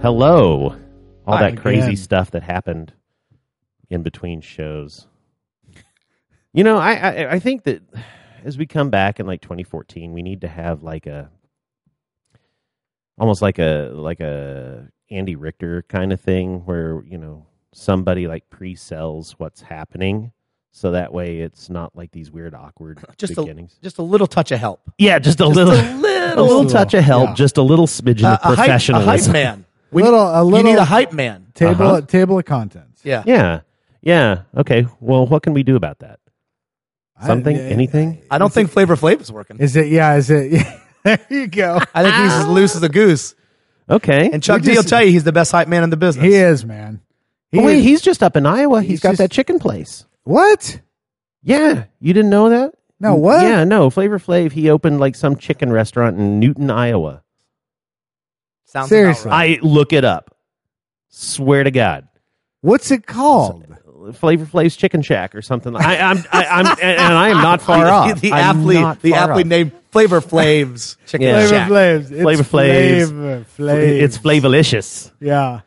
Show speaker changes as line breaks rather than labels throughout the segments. hello. All
Hi
that crazy
again.
stuff that happened in between shows. You know, I, I I think that as we come back in like 2014, we need to have like a almost like a like a Andy Richter kind of thing where, you know, somebody like pre-sells what's happening so that way it's not like these weird awkward
Just a-
beginnings.
Just a little touch of help.
yeah, just a little
a little,
a little touch of help,
yeah.
just a little smidgen of
Uh, a, hype, a
professionalism.
hype man. We-
Little- a
you
little-
need a hype man.
Table
Uh-huh.
table of contents.
Yeah.
Yeah. Yeah. Okay. Well, what can we do about that? Something?
I-
Anything?
I don't think Flavor Flav is working.
Is it? Yeah. Is it? there you go.
I think he's as loose as a goose.
Okay.
And Chuck
We
D will
just-
tell you he's the best hype man in the business.
He is, man. He
Oh, wait,
is-
he's just up in Iowa.
he's
he's got
just-
that chicken place.
what?
Yeah. You didn't know that?
No, what?
Yeah, no. Flavor Flav, he opened like some chicken restaurant in Newton, Iowa.
Sounds about
Seriously.
right.
I look it up. Swear to God.
What's it called?
Flavor Flav's Chicken Shack or something. I, I'm, I, I'm, and, and I am not far off.
The, the
I'm
athlete,
not
the
far
athlete
off.
named Flavor Flav's Chicken
Yeah.
Flavor
Shack.
Flavs. It's
Flavor
Flavor
Flavs.
Flavs.
It's Flavolicious.
Yeah.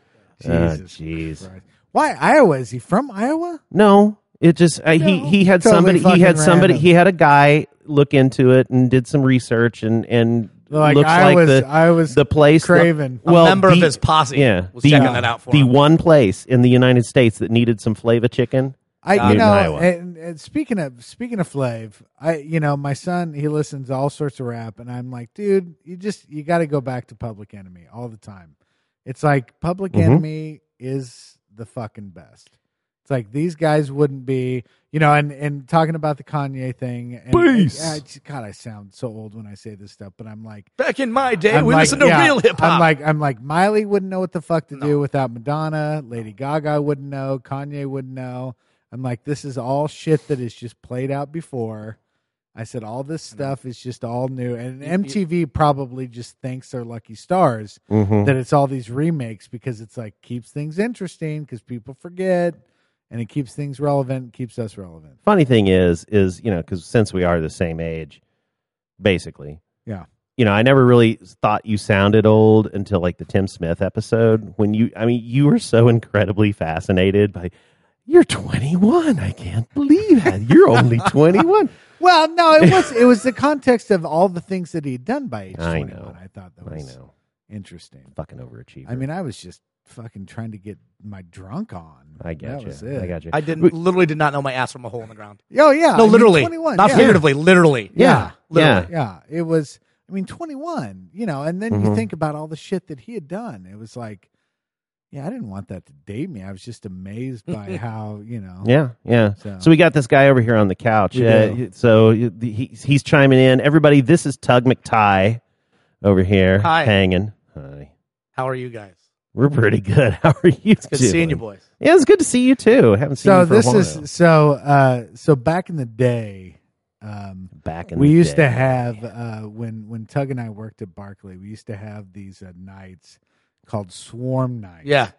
Oh,
Jesus.
Jeez.
Christ. Why Iowa? Is he from Iowa?
No, it just uh, he
No,
he had
totally
somebody he had
fucking
somebody
random.
he had a guy look into it and did some research and and
Like,
looks
I
like
was-
the
I was
the place
craven.
the-
A
well,
a member
the,
of his posse
yeah,
was
the,
checking that out for
the
him.
one place in the United States that needed some flavor chicken.
I
Uh,
you know,
Iowa.
and, and speaking of speaking of Flav, I you know my son he listens to all sorts of rap, and I'm like, dude, you just you got to go back to Public Enemy all the time. It's like Public
Mhm.
Enemy is the fucking best. It's like these guys wouldn't be, you know, and and talking about the Kanye thing. And,
Peace.
I- I- God, I sound so old when I say this stuff, but I'm like,
Back in my day,
I'm
we
like-
listened to
yeah,
real hip
I'm
hop.
like, I'm like, Miley wouldn't know what the fuck to
No.
do without Madonna. Lady Gaga wouldn't know. Kanye wouldn't know. I'm like, this is all shit that is just played out before. I said all this stuff is just all new, and MTV probably just thanks their lucky stars
Mm-hmm.
that it's all these remakes because it's like keeps things interesting because people forget, and it keeps things relevant, keeps us relevant.
Funny thing is, is you know, because since we are the same age, basically,
Yeah.
you know, I never really thought you sounded old until like the Tim Smith episode when you, I mean, you were so incredibly fascinated by. You're 21. I can't believe that. You're only 21.
Well, no, it was it was the context of all the things that he'd done by age
I
21.
know.
I thought that
I
was
know.
interesting.
Fucking overachiever.
I mean, I was just fucking trying to get my drunk on.
I got
that
you.
was it.
I got you.
I didn't literally did not know my ass from a hole in the ground.
Oh yeah,
No,
I mean,
literally,
21,
not
yeah.
figuratively, literally.
Yeah.
Literally.
Yeah, it was. I mean, twenty-one. You know, and then you
Mhm.
think about all the shit that he had done. It was like, yeah, I didn't want that to date me. I was just amazed by how you know.
Yeah, yeah.
So-
So. we got this guy over here on the couch.
We
Uh,
do.
so he, he's- he's chiming in. Everybody, this is Tug McTie over here,
Hi.
hanging. Hi.
How are you guys?
We're pretty good. How are you?
Good
doing?
seeing you, boys.
Yeah, it's good to see you too. haven't seen
So
you for
this
a while.
is so uh so back in the day. Um,
back in.
we
the
used
day.
to have uh, when when Tug and I worked at Barclay, we used to have these uh, nights called Swarm Nights.
Yeah.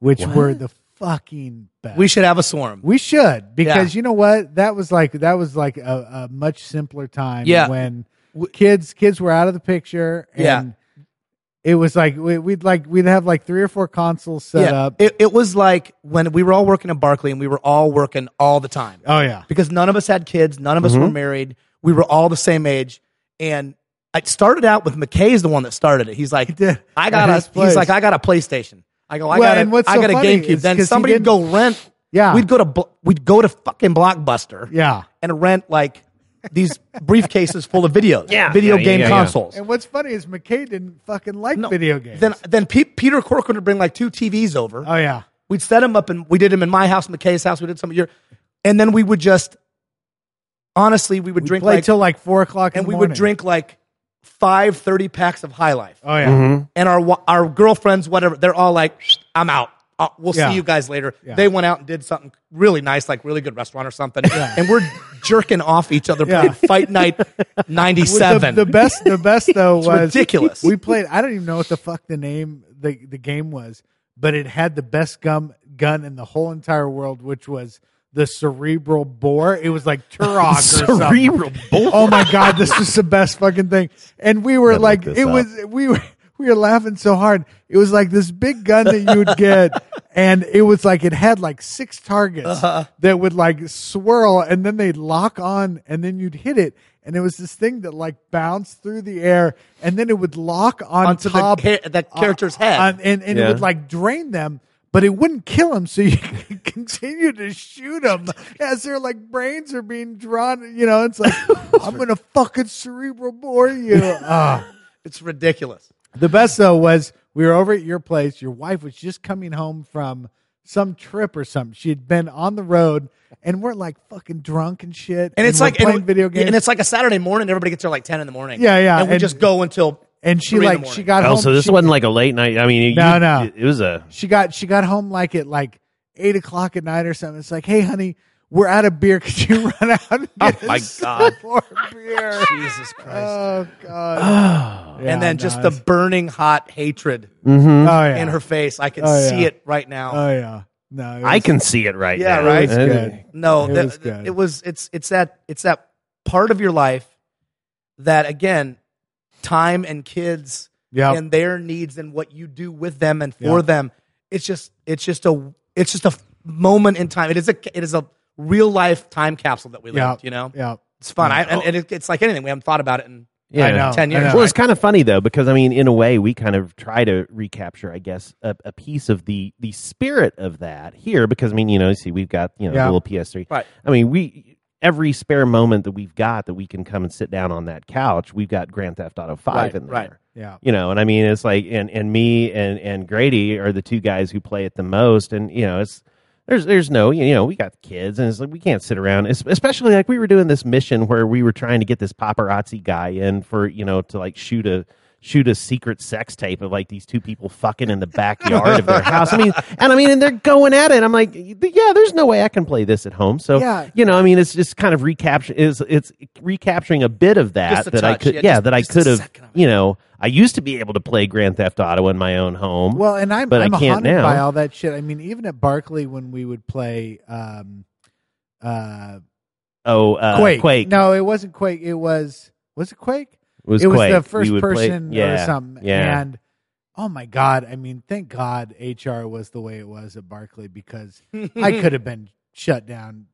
which were
What?
the fucking best.
We should have a swarm.
we should because you know what that was like. That was like a, a much simpler time.
Yeah.
when
W-
kids kids were out of the picture. And
Yeah.
It was like we, we'd like we'd have like three or four consoles set up.
It, it was like when we were all working at Barclay and we were all working all the time
oh yeah,
because none of us had kids, none of us
Mm-hmm.
were married. We were all the same age. And it started out with McKay's the one that started it. He's like,
did.
I
At
got a,
his
he's
place.
like, I got a PlayStation. I go, I
Well, and
got
what's
a, I
so
got a
funny
GameCube.
is
Then
'cause he
somebody would
didn't-
go rent.
Yeah.
We'd go to, Bl- we'd go to fucking Blockbuster.
yeah.
and rent like these briefcases full of videos,
Yeah.
video
Yeah, yeah,
game
yeah, yeah.
consoles.
And what's funny is McKay didn't fucking like
No.
video games.
Then then Pe- Peter Corcoran would bring like two TVs over.
oh yeah,
We'd set them up and we did them in my house, McKay's house. We did some of your, and then we would just honestly we would
we
drink
play
like
till like four o'clock, in
and
the
we would
morning.
drink like five 30 packs of High Life.
Oh yeah,
and our wa- our girlfriends, whatever, they're all like, "Shh, I'm out. Uh, we'll
Yeah.
see you guys later.
Yeah.
They went out and did something really nice, like really good restaurant or something, and we're jerking off each other.
Yeah.
playing Fight night '97.
The, the best, the best though was
ridiculous.
We played. I don't even know what the fuck the name the the game was, but it had the best gum gun in the whole entire world, which was the cerebral bore. It was like Turok or something.
cerebral bull.
Oh my god, this is the best fucking thing. And we were
Gotta look
like,
this
it
up.
was we were. we were laughing so hard. It was like this big gun that you would get, and it was like it had like six targets
Uh-huh.
that would like swirl, and then they'd lock on, and then you'd hit it. And it was this thing that like bounced through the air, and then it would lock on
Onto the
top
ca- the character's head.
on- and and it
Yeah.
would like drain them. But it wouldn't kill them, so you could continue to shoot them as their like brains are being drawn. You know, it's like I'm gonna fucking cerebral bore you. Ah.
It's ridiculous.
The best though was we were over at your place. Your wife was just coming home from some trip or something. She had been on the road, and we're like fucking drunk and shit.
And it's
we're
like
playing
and,
video games.
and it's like a Saturday morning. Everybody gets there like ten in the morning.
Yeah, yeah,
And we
and-
just go until
And she
three in the
like she
morning.
got
Oh,
home.
so this
she,
wasn't like a late night. I mean,
No,
you-
no.
It, was a.
She got she got home like at like eight o'clock at night or something. It's like, hey, honey, we're out of beer. Could you run out? And
Oh,
get
my
us
God.
some more beer.
Jesus Christ.
Oh god.
Oh,
Yeah,
and then just
no,
the burning hot hatred
oh yeah.
in her face. I can
Oh,
see
yeah.
it right now.
Oh yeah. No, it
I
was-
can see it right
Yeah,
now.
right?
It's good.
no,
It
that-
was good.
it was it's it's that it's that part of your life that again, time and kids
Yeah.
and their needs and what you do with them and for
Yeah.
them. It's just it's just a it's just a moment in time. It is a it is a real life time capsule that we
Yeah.
lived. You know,
Yeah.
it's fun. I, and, and it, it's like anything we haven't thought about it in
Yeah.
I know.
10
I know.
years.
Well, it's kind of funny though, because I mean, in a way, we kind of try to recapture, I guess, a, a piece of the the spirit of that here. Because I mean, you know, see, we've got you know
Yeah.
the little PS3.
Right.
I mean, we every spare moment that we've got that we can come and sit down on that couch, we've got Grand Theft Auto Five
Right,
in there.
right.
Yeah.
You know, and I mean, it's like, and and me and and Grady are the two guys who play it the most, and you know, it's. There's, there's no, you know, we got kids, and it's like we can't sit around. es- Especially like we were doing this mission where we were trying to get this paparazzi guy in for, you know, to like shoot a shoot a secret sex tape of like these two people fucking in the backyard of their house. I mean, and I mean, and they're going at it. I'm like, yeah, there's no way I can play this at home. So,
Yeah.
you know, I mean, it's just kind of recapture is it's recapturing a bit of that
Just a
that I
touch,
could,
yeah,
yeah,
just-
that I
just a
could have,
second of it.
you know, I used to be able to play Grand Theft Auto in my own home.
Well, and I'm
but I
I'm
can't
haunted
now.
by all that shit. I mean, even at Barclay when we would play um uh
oh, uh,
Quake.
Quake,
No, it wasn't Quake. It was was it Quake?
was
it was
Quake.
the
We
first
would play-
person
yeah,
or something.
Yeah,
And oh my god, I mean, thank God HR was the way it was at Barclay because I could have been shut down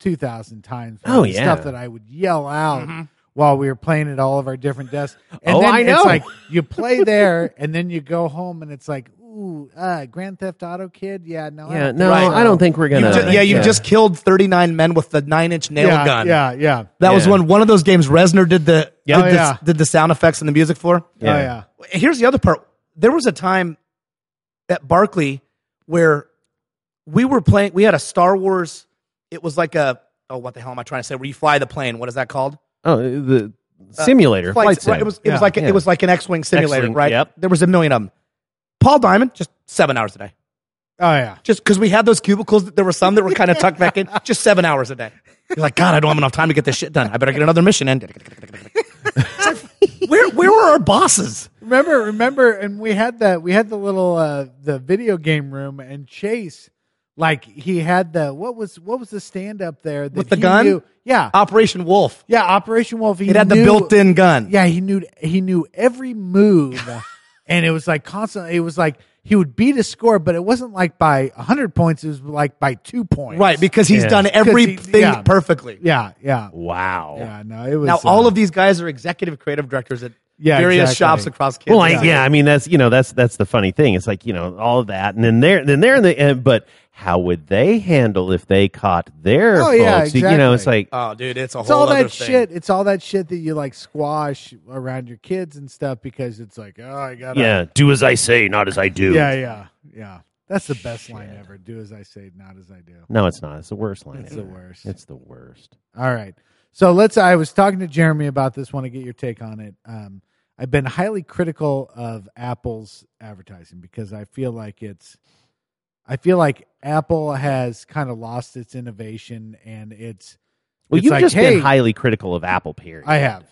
two thousand times. for
Oh,
the
yeah.
stuff that I would yell out. While we were playing at all of our different desks, and
Oh,
then
I know.
it's like you play there, and then you go home, and it's like, ooh, uh, Grand Theft Auto kid, yeah, no, I
yeah.
don't
No,
think so.
I don't think we're
You
gonna.
ju- yeah, you
yeah.
just killed 39 men with the nine inch nail
yeah,
gun.
yeah, yeah, Oh,
That was
Yeah.
when one of those games Resner did the,
Yeah.
did,
Oh,
the
yeah.
did the sound effects and the music for.
oh yeah,
Here's the other part. There was a time at Barclay where we were playing. We had a Star Wars. It was like a oh, what the hell am I trying to say? Where you fly the plane? What is that called?
Oh, the simulator,
Flight-
flight, sim.
right, it was it
Yeah,
was like a-
yeah.
it was like an X-wing simulator,
X-wing,
right?
yep.
There was a million of them. Paul Diamond just seven hours a day.
oh yeah.
just because we had those cubicles, there were some that were kind of tucked back in, just seven hours a day. You're like, God, I don't have enough time to get this shit done. I better get another mission in. It's like, where, where were our bosses?
Remember, remember, and we had that. We had the little uh the video game room, and Chase, like he had the what was what was the stand up there that
With the
he
gun?
knew- yeah,
Operation Wolf.
yeah. Operation Wolf. He
It had the
knew-
built-in gun.
Yeah, he knew he knew every move, and it was like constantly. It was like he would beat a score, but it wasn't like by hundred points. It was like by two points.
Right, because he's
Yeah.
done everything
yeah.
perfectly.
Yeah, yeah,
wow.
yeah. No, it was
Now, all
uh,
of these guys are executive creative directors at
Yeah,
various
exactly.
shops across Kansas.
Well, I, yeah, I mean that's you know that's that's the funny thing. It's like you know all of that, and then they're then they're in the end. But how would they handle if they caught their?
Oh,
folks?
yeah,
You know, it's
exactly.
like
Oh, dude, it's a
it's
whole
all
other
that
thing.
shit. It's all that shit that you like squash around your kids and stuff because it's like, oh, I gotta,
yeah, do as I say, not as I do.
yeah, yeah, yeah. That's the best line ever. Do as I say, not as I do.
No, it's not. It's the worst line.
It's the
ever.
worst.
It's the worst.
All right. So let's. I was talking to Jeremy about this. Want to get your take on it? Um, I've been highly critical of Apple's advertising because I feel like it's. I feel like Apple has kind of lost its innovation and it's.
Well,
it's
you've
like,
just
hey,
been highly critical of Apple. Period.
I have.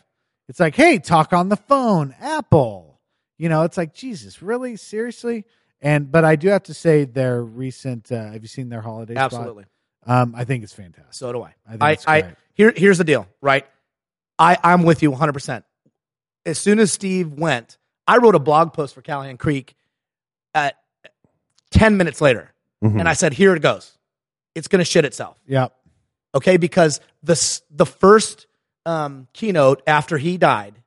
It's like, hey, talk on the phone, Apple. You know, it's like Jesus, really, seriously. And but I do have to say, their recent. Uh, have you seen their holiday? spot?
Absolutely.
Um, I think it's fantastic.
So do I.
I think
I,
it's
I
great.
here here's the deal, right? I I'm with you 100. percent As soon as Steve went, I wrote a blog post for Callahan Creek at 10 minutes later.
Hmm.
Mhm.
And I said, here it goes. It's going to shit itself.
Yep.
Okay. Because the, s- the first um, keynote after he died,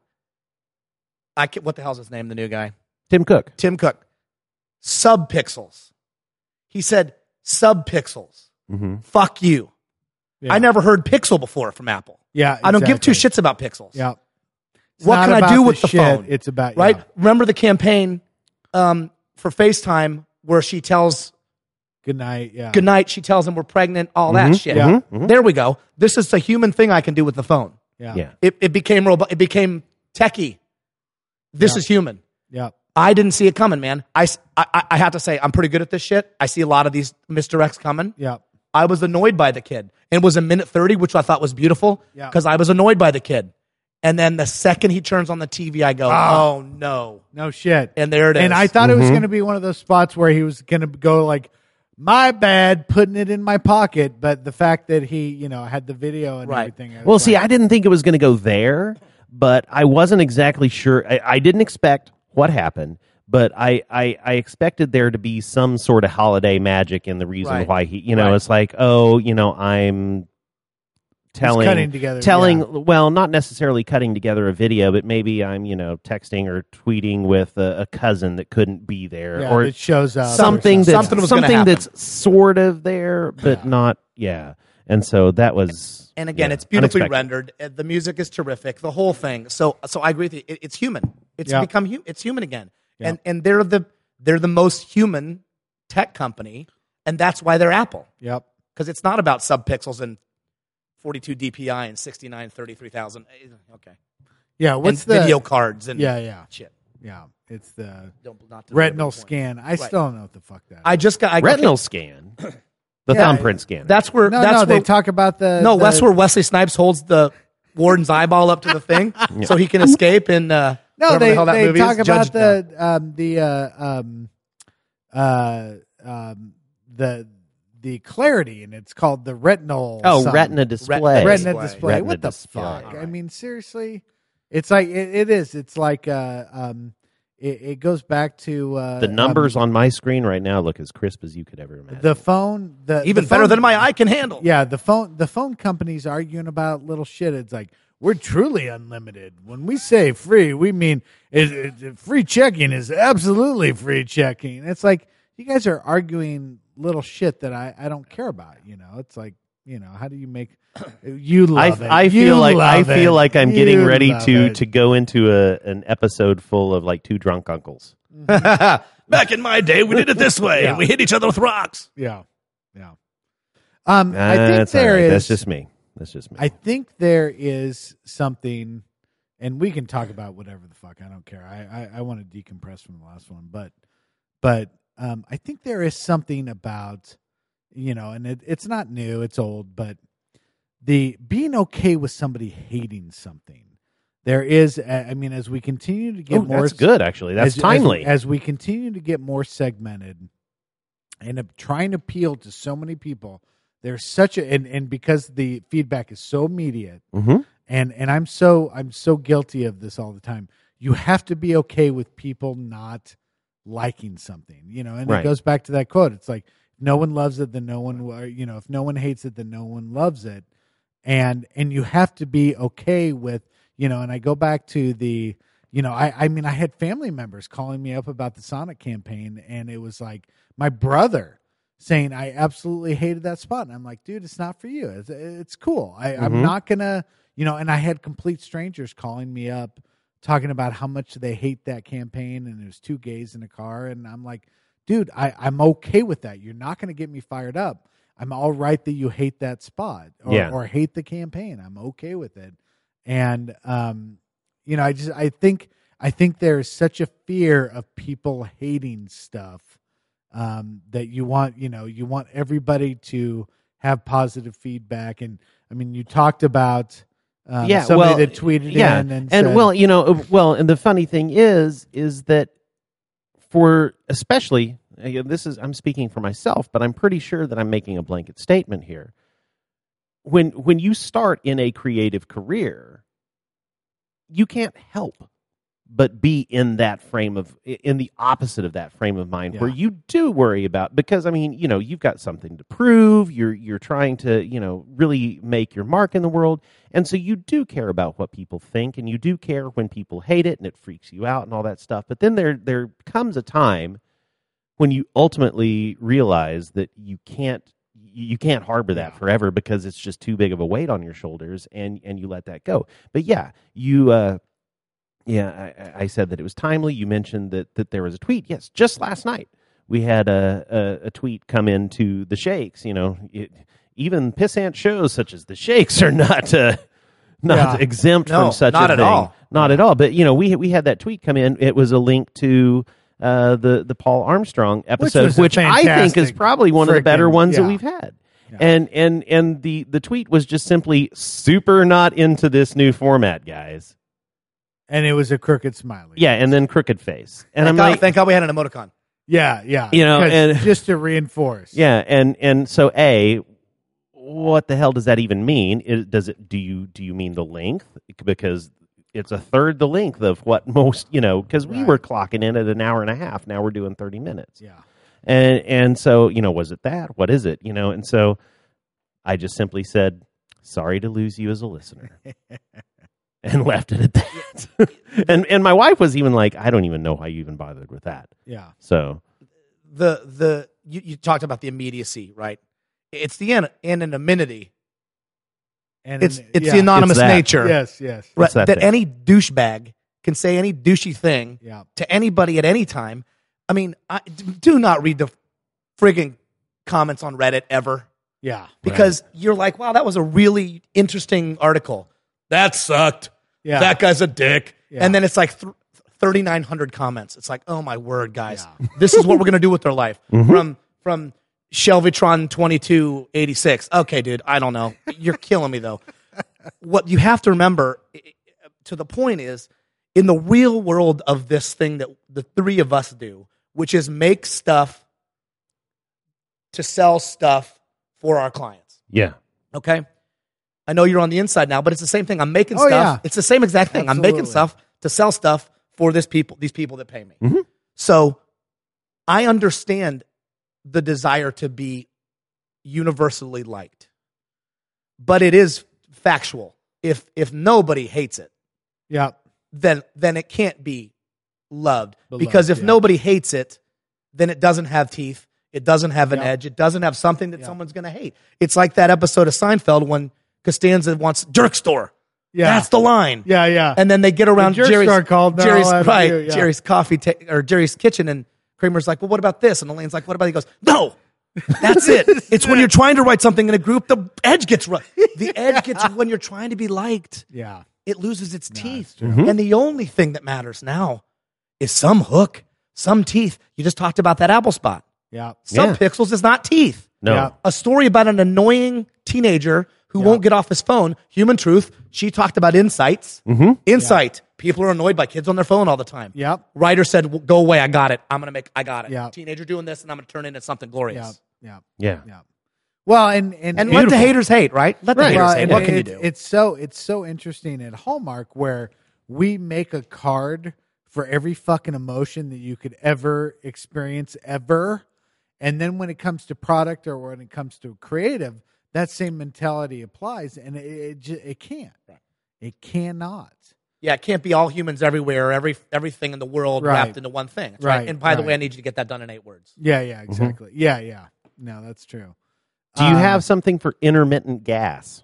I can, what the hell's his name? The new guy,
Tim Cook.
Tim Cook, subpixels. He said, subpixels.
Mm-hmm.
Fuck you.
Yeah.
I never heard pixel before from Apple.
Yeah.
I don't give two
exactly.
shits about pixels.
Yep. It's
What
not
can I
about
do with the
shit,
phone?
It's about
right?
yeah.
Remember the campaign um, for FaceTime where she tells
Good night. Yeah.
good night, she tells him we're pregnant, all that shit.
Mm-hmm. Yeah.
Mhm. Mhm.
There we go. This is a human thing I can do with the phone.
Yeah.
Mm-hmm. Yeah.
It, it became robot. It became techie. This
Yeah.
is human.
Yep.
I didn't see it coming, man. I, s- I- I- I have to say I'm pretty good at this shit. I see a lot of these misdirects coming.
Yep.
I was annoyed by the kid. It was a minute 30, which I thought was beautiful
Yeah.
because I was annoyed by the kid. And then the second he turns on the TV, I go,
Ah.
oh no.
No shit.
And there it is.
And I thought it was
Mhm.
going to be one of those spots where he was going to go like, "My bad, putting it in my pocket." But the fact that he, you know, had the video and
Right.
everything. I was
Well, see,
like,
I didn't think it was going to go there, but I wasn't exactly sure. I, I didn't expect what happened, but I, I, I expected there to be some sort of holiday magic in the reason
Right.
why he, you know,
Right.
it's like, oh, you know, I'm telling
cutting together,
telling
yeah.
well not necessarily cutting together a video but maybe i'm you know texting or tweeting with a, a cousin that couldn't be there
yeah,
or
it shows up or
something that's
Something
something,
was gonna happen.
that's sort of there but not yeah and so that was
And again,
yeah,
it's beautifully
unexpected.
rendered. Uh, The music is terrific. The whole thing. So, so I agree with you. It, it's human. It's
Yeah.
become hu- it's human again.
Yeah.
And and they're the they're the most human tech company, and that's why they're Apple
Yep.
because it's not about subpixels and 42 DPI and 69 33000. Uh, Okay.
Yeah. What's
and
the
video cards and
Yeah. Yeah.
shit.
Yeah. It's the
Don't not to
retinal
belabor the point.
scan. I still don't know what the fuck that.
I
is.
just got I,
retinal scan, the
Yeah,
thumbprint scan.
That's where
no,
that's
no.
where
They talk about the
No,
the,
that's where Wesley Snipes holds the warden's eyeball up to the thing so he can escape and uh,
No,
whatever
they,
the hell that
they
movie
talk
is.
about
Judge- no.
the um, the uh, um, uh, um, the the clarity, and it's called the retinal.
oh,
something.
retina display.
retina
display.
display.
Retina
what the
display.
fuck?
All
I
right.
mean, seriously, it's like it, it is. It's like uh, um, it, it goes back to uh,
The numbers
um,
on my screen right now look as crisp as you could ever imagine.
the phone. The
even
the
better
phone-
than my eye can handle.
Yeah, the phone. The phone companies arguing about little shit. It's like we're truly unlimited. When we say free, we mean it, it- it- free checking is absolutely free checking. It's like you guys are arguing little shit that I, I don't care about. You know, it's like you know, how do you make you
I,
love it?
I
You
feel like I
love
feel
it.
like I'm
You
getting ready
love
to
it.
to go into a an episode full of like two drunk uncles.
Back in my day, we did it this way,
Yeah.
and we hit each other with rocks.
yeah, yeah. Um, I
Ah,
think
that's all
there
right.
is.
That's just me. That's just me.
I think there is something, and we can talk about whatever the fuck. I don't care. I I, I want to decompress from the last one, but but um, I think there is something about you know, and it, it's not new, it's old, but the being okay with somebody hating something. There is, uh, I mean, as we continue to get
Ooh,
more
Oh, that's good actually. That's
as- as-
timely.
As, we continue to get more segmented and uh, trying to appeal to so many people, there's such a and, and because the feedback is so immediate
Mhm.
and and I'm so I'm so guilty of this all the time. You have to be okay with people not liking something, you know, and
Right.
it goes back to that quote. It's like no one loves it, then no one, will- you know, if no one hates it, then no one loves it, and and you have to be okay with, you know, and I go back to the, you know, I I mean I had family members calling me up about the Sonic campaign, and it was like my brother saying I absolutely hated that spot, and I'm like, dude, it's not for you. It's it's cool. I, I'm
Mhm.
not gonna, you know. And I had complete strangers calling me up, talking about how much they hate that campaign, and there's two gays in a car, and I'm like, dude, I, I'm okay with that. You're not gonna get me fired up. I'm all right that you hate that spot or,
Yeah.
or hate the campaign. I'm okay with it. And um, you know, I just I think I think there is such a fear of people hating stuff um, that you want you know you want everybody to have positive feedback and i mean you talked about um,
yeah,
somebody
well,
that tweeted
yeah,
in and,
and
said,
well, you know, uh, well, and the funny thing is, is that for especially again, this is I'm speaking for myself, but I'm pretty sure that I'm making a blanket statement here. When when you start in a creative career, you can't help but be in that frame of in the opposite of that frame of mind where
Yeah.
you do worry about because I mean, you know, you've got something to prove, you're you're trying to, you know, really make your mark in the world, and so you do care about what people think and you do care when people hate it and it freaks you out and all that stuff. But then there there comes a time when you ultimately realize that you can't you can't harbor that
Yeah.
forever because it's just too big of a weight on your shoulders and and you let that go but yeah you uh yeah i, I- I said that it was timely you mentioned that that there was a tweet yes just last night we had a a, a tweet come into the shakes you know it, even pissant shows such as the shakes are not uh not
Yeah.
exempt
No,
from such
not
a
at
thing
all.
not at all. But you know, we we had that tweet come in. It was a link to uh, the the Paul Armstrong episode,
was
which,
a
I think is
fantastic
probably one of the better
frickin'
ones
yeah.
that we've had. And and and the the tweet was just simply super not into this new format, guys.
and it was a crooked smiley.
Yeah, and then crooked face, and
thank,
I'm
God,
like,
thank God we had an emoticon.
yeah, yeah.
You know,
'Cause
and-
just to reinforce.
yeah, and and so a, what the hell does that even mean? It, does it do you do you mean the length because it's a third the length of what most you know because we
Right.
were clocking in at an hour and a half. Now we're doing thirty minutes.
yeah.
and and so you know was it that what is it you know and so i just simply said sorry to lose you as a listener and left it at that and and my wife was even like i don't even know why you even bothered with that
Yeah.
so
The the you, you talked about the immediacy, right? It's the an- anonymity.
And
It's
in-
it's
yeah.
the anonymous
It's that.
nature
Yes, yes.
right,
It's that
that,
thing.
any douchebag can say any douchey thing
Yeah.
to anybody at any time. I mean, I, d- do not read the friggin' comments on Reddit ever
Yeah.
because you're like, wow, that was a really interesting article. That sucked.
Yeah.
That guy's a dick.
Yeah.
And then it's like th- 3,900 comments. It's like, oh my word, guys, this is what we're going to do with their life. From, from Shelvitron 2286. Okay, dude, I don't know. You're killing me though. What you have to remember i- i- to the point is in the real world of this thing that the three of us do, which is make stuff to sell stuff for our clients.
yeah
Okay. I know you're on the inside now, but it's the same thing. I'm making
Oh,
stuff.
yeah.
It's the same exact thing. I'm making
Absolutely. Mm-hmm.
stuff to sell stuff for this people, these people that pay me. So I understand the desire to be universally liked, but it is factual. If if nobody hates it,
Yeah.
then then it can't be loved
Beloved,
because if
yeah.
nobody hates it then it doesn't have teeth it doesn't have an
Yep.
edge it doesn't have something that someone's going to hate it's like that episode of seinfeld when costanza wants jerk store
Yeah.
that's the line
yeah, yeah.
and then they get around
jerk
jerry's,
store called, they're
jerry's,
all out of
right,
you, yeah.
jerry's coffee ta- or jerry's kitchen and kramer's like well what about this and elaine's like what about he goes no that's it it's when you're trying to write something in a group the edge gets ru- the edge gets when you're trying to be liked
yeah.
it loses its teeth.
true.
Mhm.
And the only thing that matters now is some hook, some teeth. You just talked about that apple spot.
Yeah.
Some
Yeah.
pixels is not teeth.
no
Yeah.
A story about an annoying teenager who won't get off his phone. Human truth. She talked about insights.
Mm-hmm.
Insight. People are annoyed by kids on their phone all the time.
Yep.
Writer said, well, "Go away. I got it. I'm gonna make. I got it.
Yeah.
Teenager doing this, and I'm gonna turn it into something
Yeah.
glorious.
Yeah.
yeah
Yeah. Well, and and,
And let the haters hate, right? Let the
Right.
haters
Well,
hate.
and
What can you
it-
do?
It's so it's so interesting at Hallmark where we make a card for every fucking emotion that you could ever experience ever, and then when it comes to product or when it comes to creative, that same mentality applies, and it it, ju- it can't, it cannot.
Yeah, it can't be all humans everywhere, every everything in the world
Right.
wrapped into one thing. That's right.
Right,
And by the
right.
way, I need you to get that done in eight words.
Yeah, yeah, exactly. Yeah, yeah. No, that's true.
do you
Um,
Ah.
have something for intermittent gas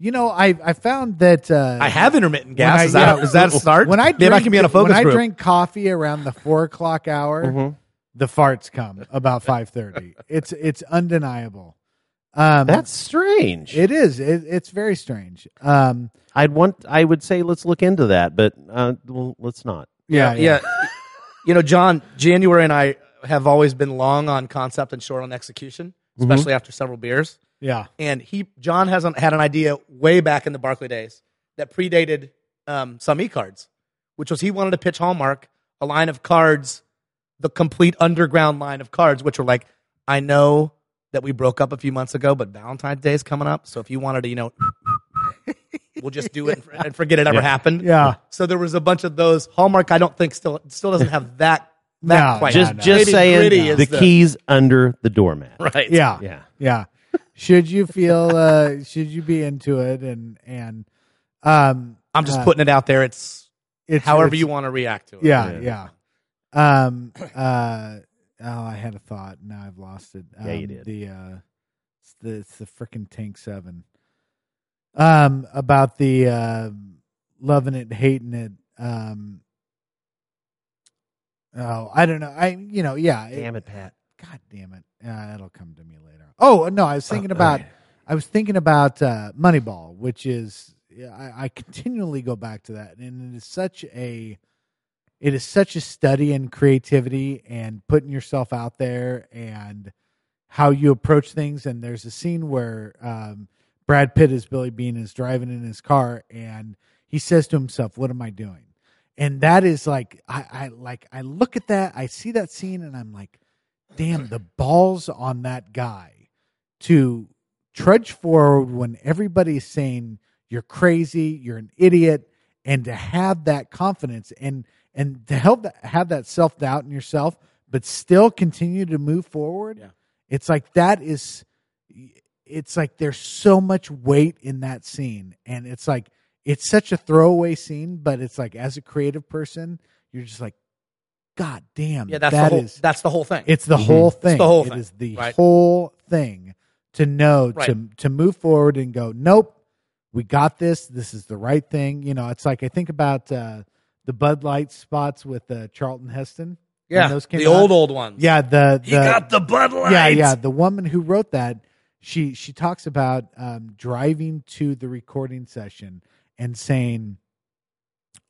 You know, I I found that uh,
I have intermittent
When
gas.
I-
is, that,
yeah,
is that a start?
When I drink,
Maybe I can be in a focus
when I
group. Mm-hmm.
drink coffee around the four o'clock hour, the farts come about five thirty. it's it's undeniable. Um,
that's strange
it is. It, it's very strange. Um,
i'd want i would say let's look into that but uh, well, let's not
yeah, yeah,
yeah. you know, John, January and I have always been long on concept and short on execution, especially after several beers.
yeah,
And he, John, has an, had an idea way back in the Barclay days that predated um, some e cards, which was he wanted to pitch Hallmark a line of cards, the complete underground line of cards, which were like, I know that we broke up a few months ago, but Valentine's Day is coming up, so if you wanted to, you know, we'll just do it and forget it ever happened.
Yeah.
So there was a bunch of those. Hallmark, I don't think still still doesn't have that. that
No,
quite.
just
no.
just
Nitty gritty
saying
is
the
the-
keys under the doormat.
right.
Yeah.
Yeah.
Yeah. Should you feel uh should you be into it and and um
I'm just
uh,
putting it out there. It's
it's
however
it's-
you want to react to it.
Yeah,
Yeah.
yeah. Um uh oh I had a thought, now I've lost it. Um,
Yeah, you did.
the uh it's the it's the freaking tank seven. Um about the uh loving it, hating it. Um Oh, I don't know. I you know, yeah. it-
Damn it, Pat.
God damn it. Uh, it'll come to me later. Oh no, I was thinking about
okay.
I was thinking about uh, Moneyball, which is yeah, I, I continually go back to that, and it is such a it is such a study in creativity and putting yourself out there and how you approach things. And there's a scene where um, Brad Pitt as Billy Bean is driving in his car, and he says to himself, "What am I doing?" And that is like I, I like I look at that, I see that scene, and I'm like, "Damn, the balls on that guy to trudge forward when everybody's saying you're crazy, you're an idiot, and to have that confidence and and to help that, have that self doubt in yourself, but still continue to move forward.
Yeah.
It's like that is, it's like there's so much weight in that scene, and it's like it's such a throwaway scene, but it's like as a creative person, you're just like, God damn,
Yeah, that's
that
the whole.
is-
that's the whole thing.
it's the
Mhm.
whole thing.
Mm-hmm. the whole
It
thing,
is the
right.
whole thing to know to
Right.
to move forward and go. Nope, we got this. This is the right thing. You know, it's like I think about uh, the Bud Light spots with uh, Charlton Heston. when
yeah,
those came
the
out.
old old ones.
Yeah, the the
he got the Bud Light.
yeah yeah the woman who wrote that she she talks about um, driving to the recording session and saying,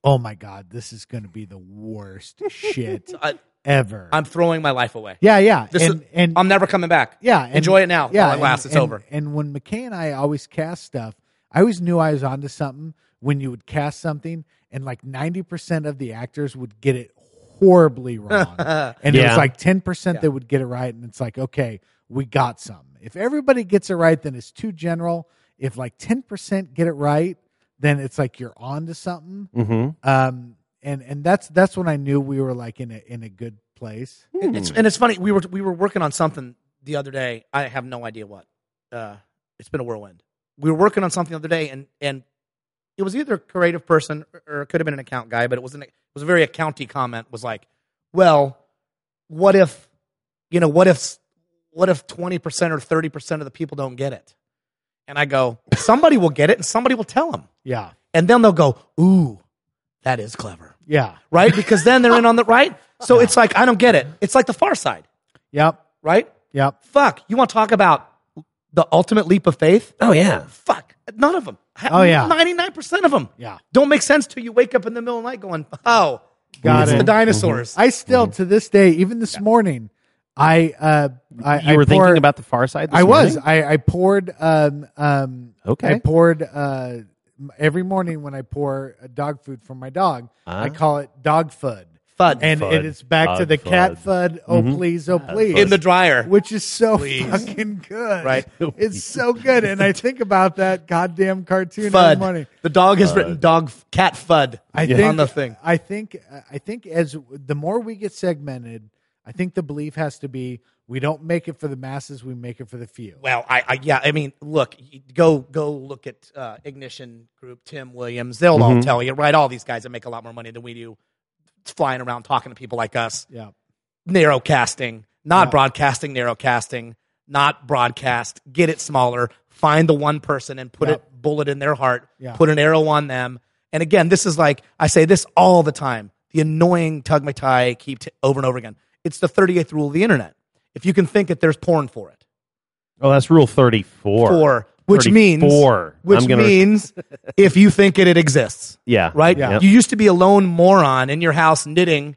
"Oh my God, this is going to be the worst shit
I,
ever."
I'm throwing my life away.
yeah, yeah,
This
and
is-
and
I'm never coming back.
yeah, and-
Enjoy it now.
yeah,
while it lasts.
and-
it's
and-
over.
And when McKay and I always cast stuff, I always knew I was onto something when you would cast something, and like ninety percent of the actors would get it horribly wrong, and it
Yeah.
was like ten percent
Yeah.
that would get it right, and it's like okay, we got some. If everybody gets it right, then it's too general. If like ten percent get it right, then it's like you're onto something.
Mm-hmm.
Um, and and that's that's when I knew we were like in a in a good place.
It's, and it's funny. We were we were working on something the other day. I have no idea what. Uh, it's been a whirlwind. We were working on something the other day, and and it was either a creative person or, or it could have been an account guy, but it was an, it was a very accounty comment. Was like, well, what if, you know, what if what if twenty percent or thirty percent of the people don't get it? And I go, somebody will get it, and somebody will tell them,
Yeah,
and then they'll go, ooh, that is clever,
yeah,
right? Because then they're in on the right. So it's like I don't get it. It's like the Far Side
yep,
right?
yep.
Fuck, you want to talk about the ultimate leap of faith?
Oh yeah.
Fuck, none of them.
Oh, yeah.
ninety-nine percent of them.
Yeah.
don't make sense till you wake up in the middle of the night going, "Oh,
Got
it's
it. Mm-hmm.
the dinosaurs."
I still to this day, even this morning, I uh, I,
You
I
were
poured-
thinking about the far side. This
I was.
morning?
I, I poured. Um, um,
Okay.
I poured uh, m- every morning when I pour uh, dog food for my dog. I call it dog fud.
Fud.
and
Fud.
it is back to
Dog
the cat fud.
fud.
Oh please, oh please,
in the dryer.
which is so fucking good.
Right.
it's so good. And I think about that goddamn cartoon every
Fud.
morning.
The dog has written dog f- cat fud
I think
on the thing.
I think I think as the more we get segmented, I think the belief has to be we don't make it for the masses, we make it for the few.
Well, I, I yeah, I mean, look, y- go go look at uh, Ignition Group, Tim Williams. They'll all tell you, right? All these guys that make a lot more money than we do, flying around talking to people like us.
Yeah.
narrow casting, not broadcasting, narrow casting, not broadcast. Get it smaller. Find the one person and put
Yep.
a bullet in their heart.
Yeah.
Put an arrow on them. And again, this is like I say this all the time. The annoying tug my tie I keep t- over and over again. It's the 38th rule of the internet. If you can think it, there's porn for it.
Oh, that's rule thirty-four.
For which means
34.
which
I'm gonna-
means if you think it, it exists
Yeah.
right?
Yeah.
You used to be a lone moron in your house knitting,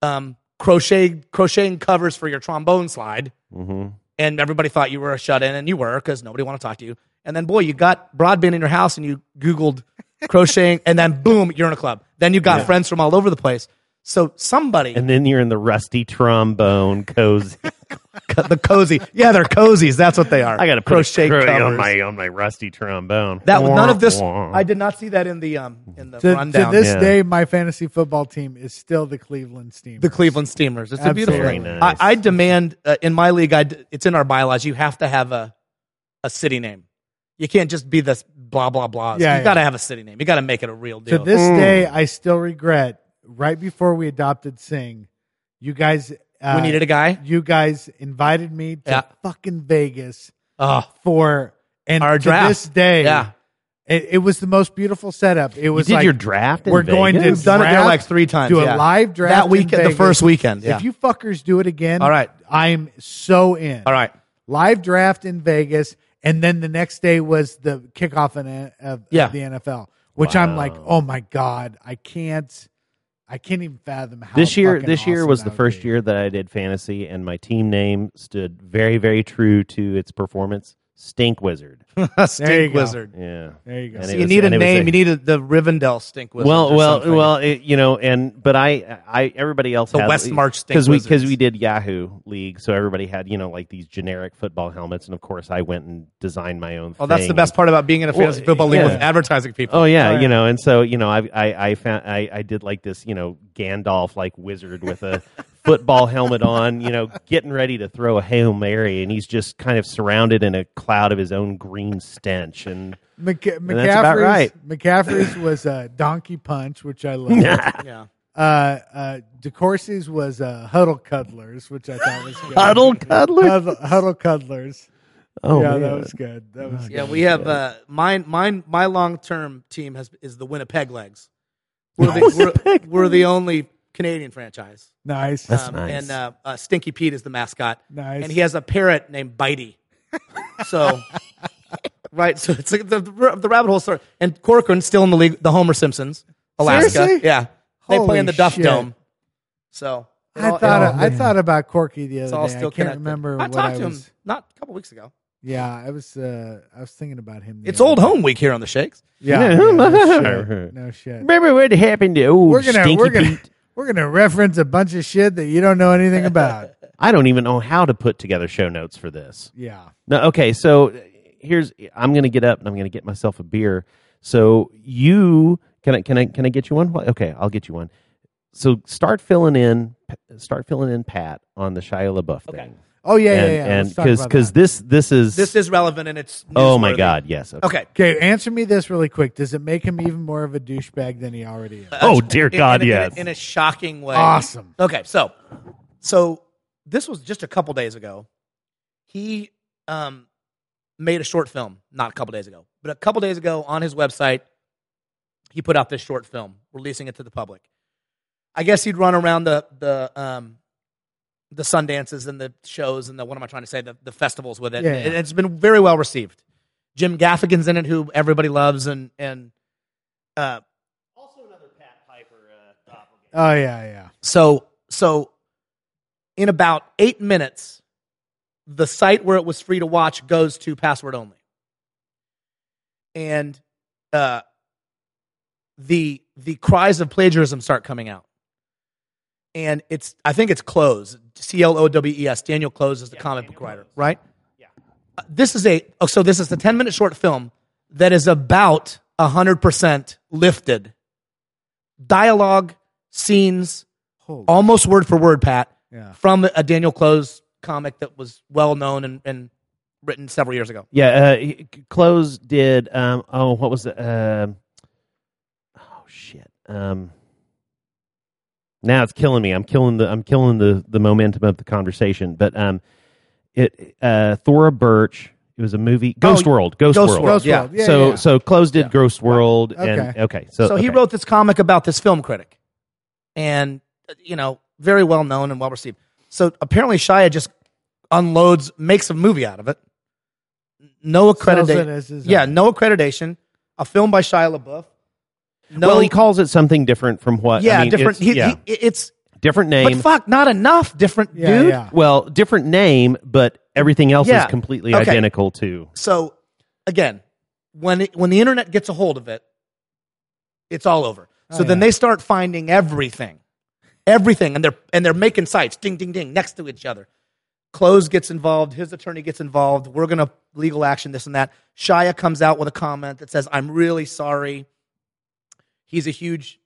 um, crochet, crocheting covers for your trombone slide,
Mm-hmm.
and everybody thought you were a shut in, and you were because nobody wanted to talk to you. And then, boy, you got broadband in your house, and you Googled crocheting, and then boom, you're in a club. Then you got friends from all over the place. So somebody
And then you're in the rusty trombone cozy.
the cozy. Yeah, they're cozies. That's what they are.
I got to
crochet covers.
on my on my rusty trombone.
that none of this.
Wah, wah.
I did not see that in the um in the
To, to
rundown.
this
Yeah.
day, my fantasy football team is still the Cleveland Steamers.
the Cleveland Steamers. It's a beautiful.
Very
Absolutely.
Thing.
nice.
I, I demand uh, in my league. I d- it's in our bylaws. You have to have a a city name. You can't just be this blah blah blah.
Yeah,
you
yeah.
got to have a city name. You got to make it a real
To
deal.
this
Mm.
day, I still regret. Right before we adopted Sing, you guys, uh,
we needed a guy.
you guys invited me to
Yeah.
fucking Vegas
Oh,
for and
Our
to
draft.
this day,
Yeah.
it, it was the most beautiful setup. It
you
was
did
like
your draft. in
we're going to
Vegas?
do-
done it there
draft,
like three times.
do a
yeah.
live draft
that
in
weekend, the
Vegas.
first weekend. Yeah.
If you fuckers do it again,
All right.
I'm so in.
All right.
live draft in Vegas, and then the next day was the kickoff in, uh, of,
Yeah.
of the NFL, which I'm like, oh my god, I can't, I can't even fathom how
this year
fucking
this year
awesome
was
that
the
would
first
be.
year that I did fantasy and my team name stood very very true to its performance. Stink Wizard.
you
Stink
go.
Wizard.
Yeah.
There you go.
And
So
it
you
was-
need a
and it was
name.
a-
you need a, the Rivendell Stink Wizard.
well, well, well, it, you know, and but I, I, everybody else
The
had
West March Stink
because we because
Wizards.
we did Yahoo League, so everybody had you know like these generic football helmets, and of course I went and designed my own.
Oh, that's the
thing.
best part about being in a
Well,
fantasy football league
yeah.
with advertising people.
Oh yeah,
Oh, yeah.
you know, and so you know, I I I found I, I did like this, you know, Gandalf like wizard with a football helmet on, you know, getting ready to throw a hail mary, and he's just kind of surrounded in a cloud of his own green stench, and
McC- McCaffrey's,
that's about right.
McCaffrey's was a donkey punch, which I loved.
yeah.
uh, uh, DeCourcy's was uh, huddle cuddlers, which I thought was good.
huddle cuddler.
huddle, huddle cuddlers.
Oh
yeah,
man. Oh,
that was good. That was
Yeah,
good.
we have uh, mine. Mine, my long-term team has is the Winnipeg Legs. We're the, we're, we're the only Canadian franchise.
nice.
That's nice.
And uh, uh, Stinky Pete is the mascot.
Nice.
And he has a parrot named Bitey. So, right. So it's like the, the rabbit hole story. And Corcoran's still in the league, the Homer Simpsons, Alaska.
Seriously?
Yeah. They play in the
Holy
Duff
shit.
Dome. So it
I
all- it
thought
all-
I thought about Corky the
it's
other
all
day. I
still
can't
connected.
remember.
I
what
talked to
I
him
was,
not a couple weeks ago.
Yeah, I was. Uh, I was thinking about him. the
It's
other
old
day.
home week here on the Shakes.
Yeah.
Yeah.
yeah, no shit. No shit.
Remember what happened to old
We're gonna
Stinky
we're gonna
Pete?
we're gonna reference a bunch of shit that you don't know anything about.
I don't even know how to put together show notes for this.
yeah.
No, okay. So here's I'm gonna get up and I'm gonna get myself a beer. So you can I can I can I get you one? Why- Okay, I'll get you one. So start filling in, start filling in Pat on the Shia LaBeouf thing,
Oh yeah,
and
yeah, yeah.
and because because this this is
This is relevant and it's.
oh my
newsworthy.
god yes
Okay.
okay, answer me this really quick. Does it make him even more of a douchebag than he already is?
oh dear
uh, in-
God
in, a- in a-
yes
in a shocking way.
Awesome.
Okay, so so this was just a couple days ago. He um made a short film, not a couple days ago, but a couple days ago on his website, he put out this short film, releasing it to the public. I guess he'd run around the the um the Sundances and the shows and the what am I trying to say the, the festivals with it.
Yeah, yeah.
And it's been very well received. Jim Gaffigan's in it, who everybody loves, and and uh,
Oh yeah, yeah.
So so in about eight minutes, the site where it was free to watch goes to password only. And uh the the cries of plagiarism start coming out. And it's I think it's Close. C L O W E S. Daniel Close is the comic book writer, right? Yeah. this is a oh, so this is the 10 minute short film that is about 100% lifted dialogue, scenes,
Holy
almost word for word, Pat,
Yeah.
from a Daniel Close comic that was well known and, and written several years ago.
yeah uh, he- Close did um oh what was the um oh shit um now it's killing me I'm killing the I'm killing the the momentum of the conversation but um it uh Thora Birch it was a movie Ghost
Oh,
World Ghost,
Ghost
World,
World.
Ghost
yeah.
World. Yeah,
so
yeah.
so Close did
Yeah.
Ghost World and
Okay.
okay so
So he
okay.
wrote this comic about this film critic, and uh, you know, very well known and well received. So apparently, Shia just unloads, makes a movie out of it. No
Sells it as
accreditation.
his
Yeah,
own.
no accreditation. A film by Shia LaBeouf. No,
well he calls it something different from what I
yeah,
mean,
different.
it's,
he,
yeah
he- it's
different
but
name
fuck, not enough. Different
Yeah,
dude.
yeah.
well different name but everything else
Yeah.
is completely
Okay.
identical to
So again, when it, when the internet gets a hold of it, it's all over. So
Oh,
then
yeah.
they start finding everything. everything, and they're and they're making sites, ding, ding, ding, next to each other. Close gets involved. His attorney gets involved. We're gonna legal action this and that. Shia comes out with a comment that says, "I'm really sorry." He's a huge,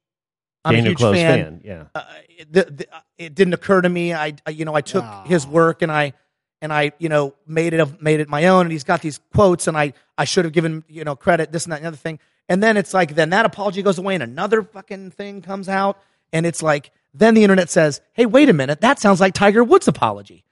I'm a
Daniel
huge
Close
fan.
fan. Yeah.
Uh, it, the, the, it didn't occur to me. I, I you know, I took
Aw.
his work and I and I you know made it of- made it my own. And he's got these quotes, and I I should have given you know credit this and that and the other thing. And then it's like then that apology goes away, and another fucking thing comes out, and it's like then the internet says, hey, wait a minute, that sounds like Tiger Woods' apology.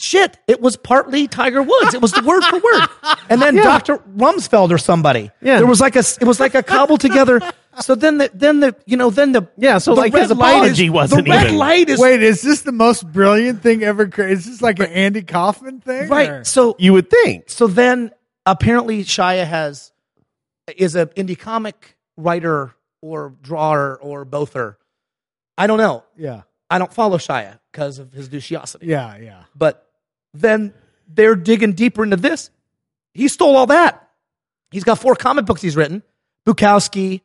Shit, it was partly Tiger Woods. It was the word for word. And then Dr. Rumsfeld or somebody.
Yeah.
There was like a s- it was like a cobbled together. So then the then the you know then the
Yeah, so,
the
like,
red
his
light is-
apology wasn't
the red
even-
light is
Wait, is this the most brilliant thing ever? cre- Is this like an Andy Kaufman thing? or-
right. So
You would think.
so then apparently Shia has is a indie comic writer or drawer or bother. I don't know.
yeah,
I don't follow Shia because of his douchiosity.
yeah, yeah.
But then they're digging deeper into this. He stole all that. He's got four comic books he's written. Bukowski,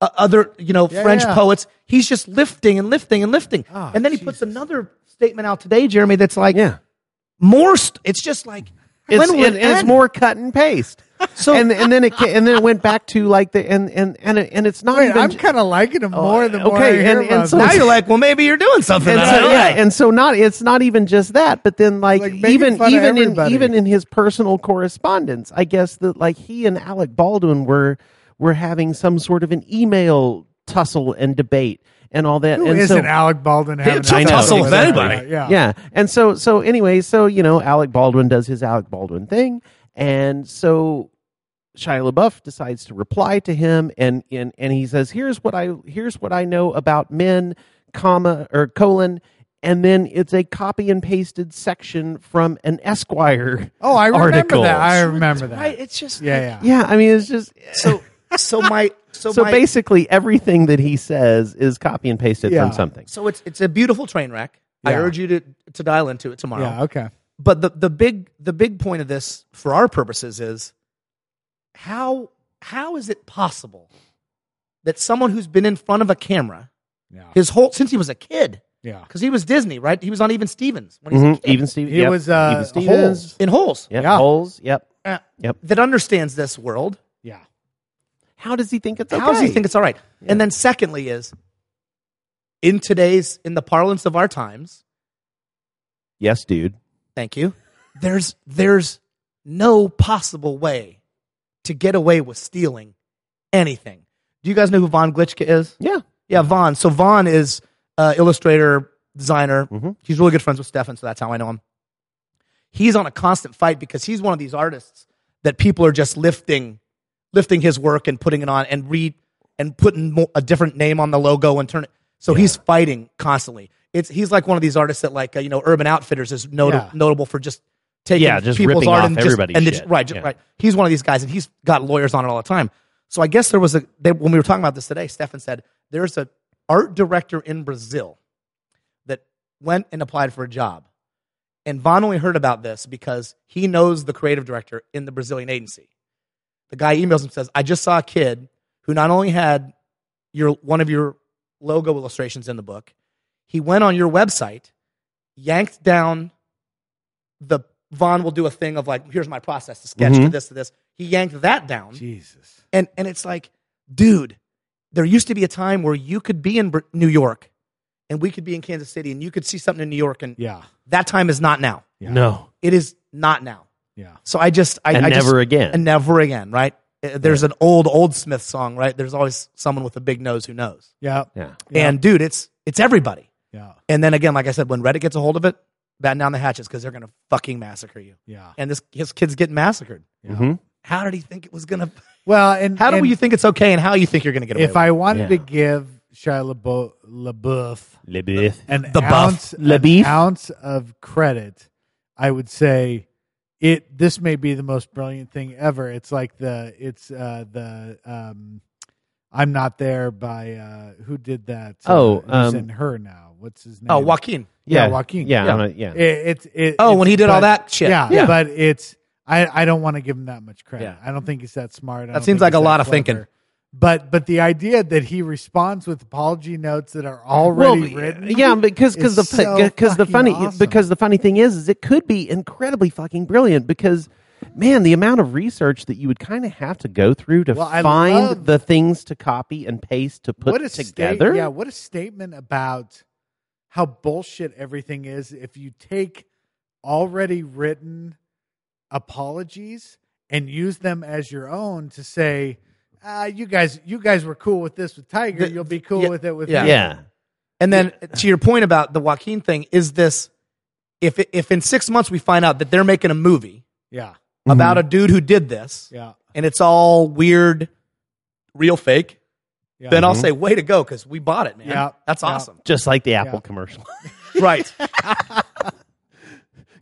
uh, other you know
Yeah,
French
yeah.
poets. He's just lifting and lifting and lifting.
Ah,
and then he puts another statement out today, Jeremy. That's like
Yeah.
more. St- it's just like
It's,
when will
and,
it
and it's
end?
more cut and paste.
So-
and and then it ca- and then it went back to like the and and and it, and it's not
Wait,
even
I'm kind of liking him more the more
okay,
I hear
and- and
about
so
this.
Now you're like, well, maybe you're doing something.
and
I
so,
don't
yeah,
know.
and so not it's not even just that, but then like,
Like, making
even
fun of
even in
everybody.
even in his personal correspondence, I guess that like he and Alec Baldwin were were having some sort of an email tussle and debate and all that.
Who
and
isn't
so,
Alec Baldwin having
I
a
know.
tussle with
Anybody.
everybody? Yeah,
yeah. And so, so anyway, so you know, Alec Baldwin does his Alec Baldwin thing, and so Shia LaBeouf decides to reply to him, and and and he says, "Here's what I here's what I know about men, comma or colon." And then it's a copy and pasted section from an Esquire.
Oh, I remember
article.
that. I remember that.
right? It's just
yeah,
like-
yeah.
yeah, I mean, it's just
So so my so,
so
my,
basically everything that he says is copy and pasted
Yeah.
from something.
so it's it's a beautiful train wreck. I
Yeah.
urge you to to dial into it tomorrow.
Yeah, okay.
but the the big the big point of this for our purposes is how how is it possible that someone who's been in front of a camera
Yeah.
his whole since he was a kid
Yeah.
because he was Disney right he was on Even Stevens when he was
Mhm.
a kid,
Even Stevens.
He
yep.
was, uh,
Even Stevens.
in Holes
Yep.
Yeah.
Holes. Yep.
Uh,
Yep.
that understands this world
Yeah.
How does he think it's okay?
How does he think it's all right? And then secondly is in today's in the parlance of our times,
yes, dude.
thank you. There's there's no possible way to get away with stealing anything. Do you guys know who Von Glitchka is?
Yeah.
Yeah, Von. So Von is uh, illustrator, designer.
Mhm.
He's really good friends with Stefan, so that's how I know him. He's on a constant fight because he's one of these artists that people are just lifting, lifting his work and putting it on and read and putting mo- a different name on the logo and turn it. So he's fighting constantly. It's he's like one of these artists that like uh, you know Urban Outfitters is nota-
Yeah.
notable for just taking
Yeah, just
people's
ripping
art
off
and just-
everybody's
and they just-
shit.
right, ju-
Yeah.
right. He's one of these guys, and he's got lawyers on it all the time. So I guess there was a they, when we were talking about this today. Stefan said there's a art director in Brazil that went and applied for a job, and Von only heard about this because he knows the creative director in the Brazilian agency. The guy emails him and says, "I just saw a kid who not only had your one of your logo illustrations in the book, he went on your website, yanked down the Von will do a thing of like, here's my process to sketch to
Mhm.
this to this. He yanked that down,
Jesus.
and and it's like, dude, there used to be a time where you could be in Br- New York, and we could be in Kansas City, and you could see something in New York, and
Yeah.
that time is not now.
Yeah.
No.
It is not now.
Yeah.
So I just, I,
and
I just,
never again.
and never again, right? Uh, There's an old old Smith song, right? There's always someone with a big nose who knows.
Yeah.
yeah.
Yeah.
And dude, it's it's everybody.
Yeah.
And then again, like I said, when Reddit gets a hold of it, batten down the hatches because they're gonna fucking massacre you.
Yeah.
And this his kid's getting massacred.
Mhm.
How did he think it was gonna?
Well, and
How do
and
you think it's okay, and how you think you're gonna get away?
if
with it?
I wanted to
Yeah.
give Shia LaBeouf, LaBeouf
LaBeouf.
an
The buff.
ounce, an
LaBeef.
ounce of credit, I would say it. This may be the most brilliant thing ever. It's like the it's uh, the um, I'm not there by uh, who did that?
Oh,
uh, who's
um,
in her now? What's his name?
oh, Joaquin.
yeah, Joaquin.
Yeah.
Yeah.
I'm not- yeah.
It, it's it,
Oh,
it's-
when he did all
but-
that shit.
Yeah,
Yeah.
but it's I I don't want to give him that much credit.
Yeah.
I don't think he's that smart. I
That
don't
seems
think
like
he's
a
that
lot of
clever.
thinking.
But but the idea that he responds with apology notes that are already
well,
written.
Yeah, because because the
is so
because the
fucking
funny
awesome.
because the funny thing is is it could be incredibly fucking brilliant because man, the amount of research that you would kind of have to go through to
Well, I
find
love-
the things to copy and paste to put
what a sta-
together.
yeah, what a statement about how bullshit everything is if you take already written apologies and use them as your own to say, ah, you guys, you guys were cool with this with Tiger,
The-
you'll be cool
yeah,
with it with
yeah.
me.
yeah.
And then to your point about the Joaquin thing, is this if if in six months we find out that they're making a movie
yeah,
about a dude who did this
Mm-hmm. yeah,
and it's all weird, real fake,
yeah.
then I'll
Mhm.
say, way to go, because we bought it, man.
Mm-hmm. Yeah.
That's
Yeah.
awesome.
Just like the Apple
Yeah.
commercial.
right.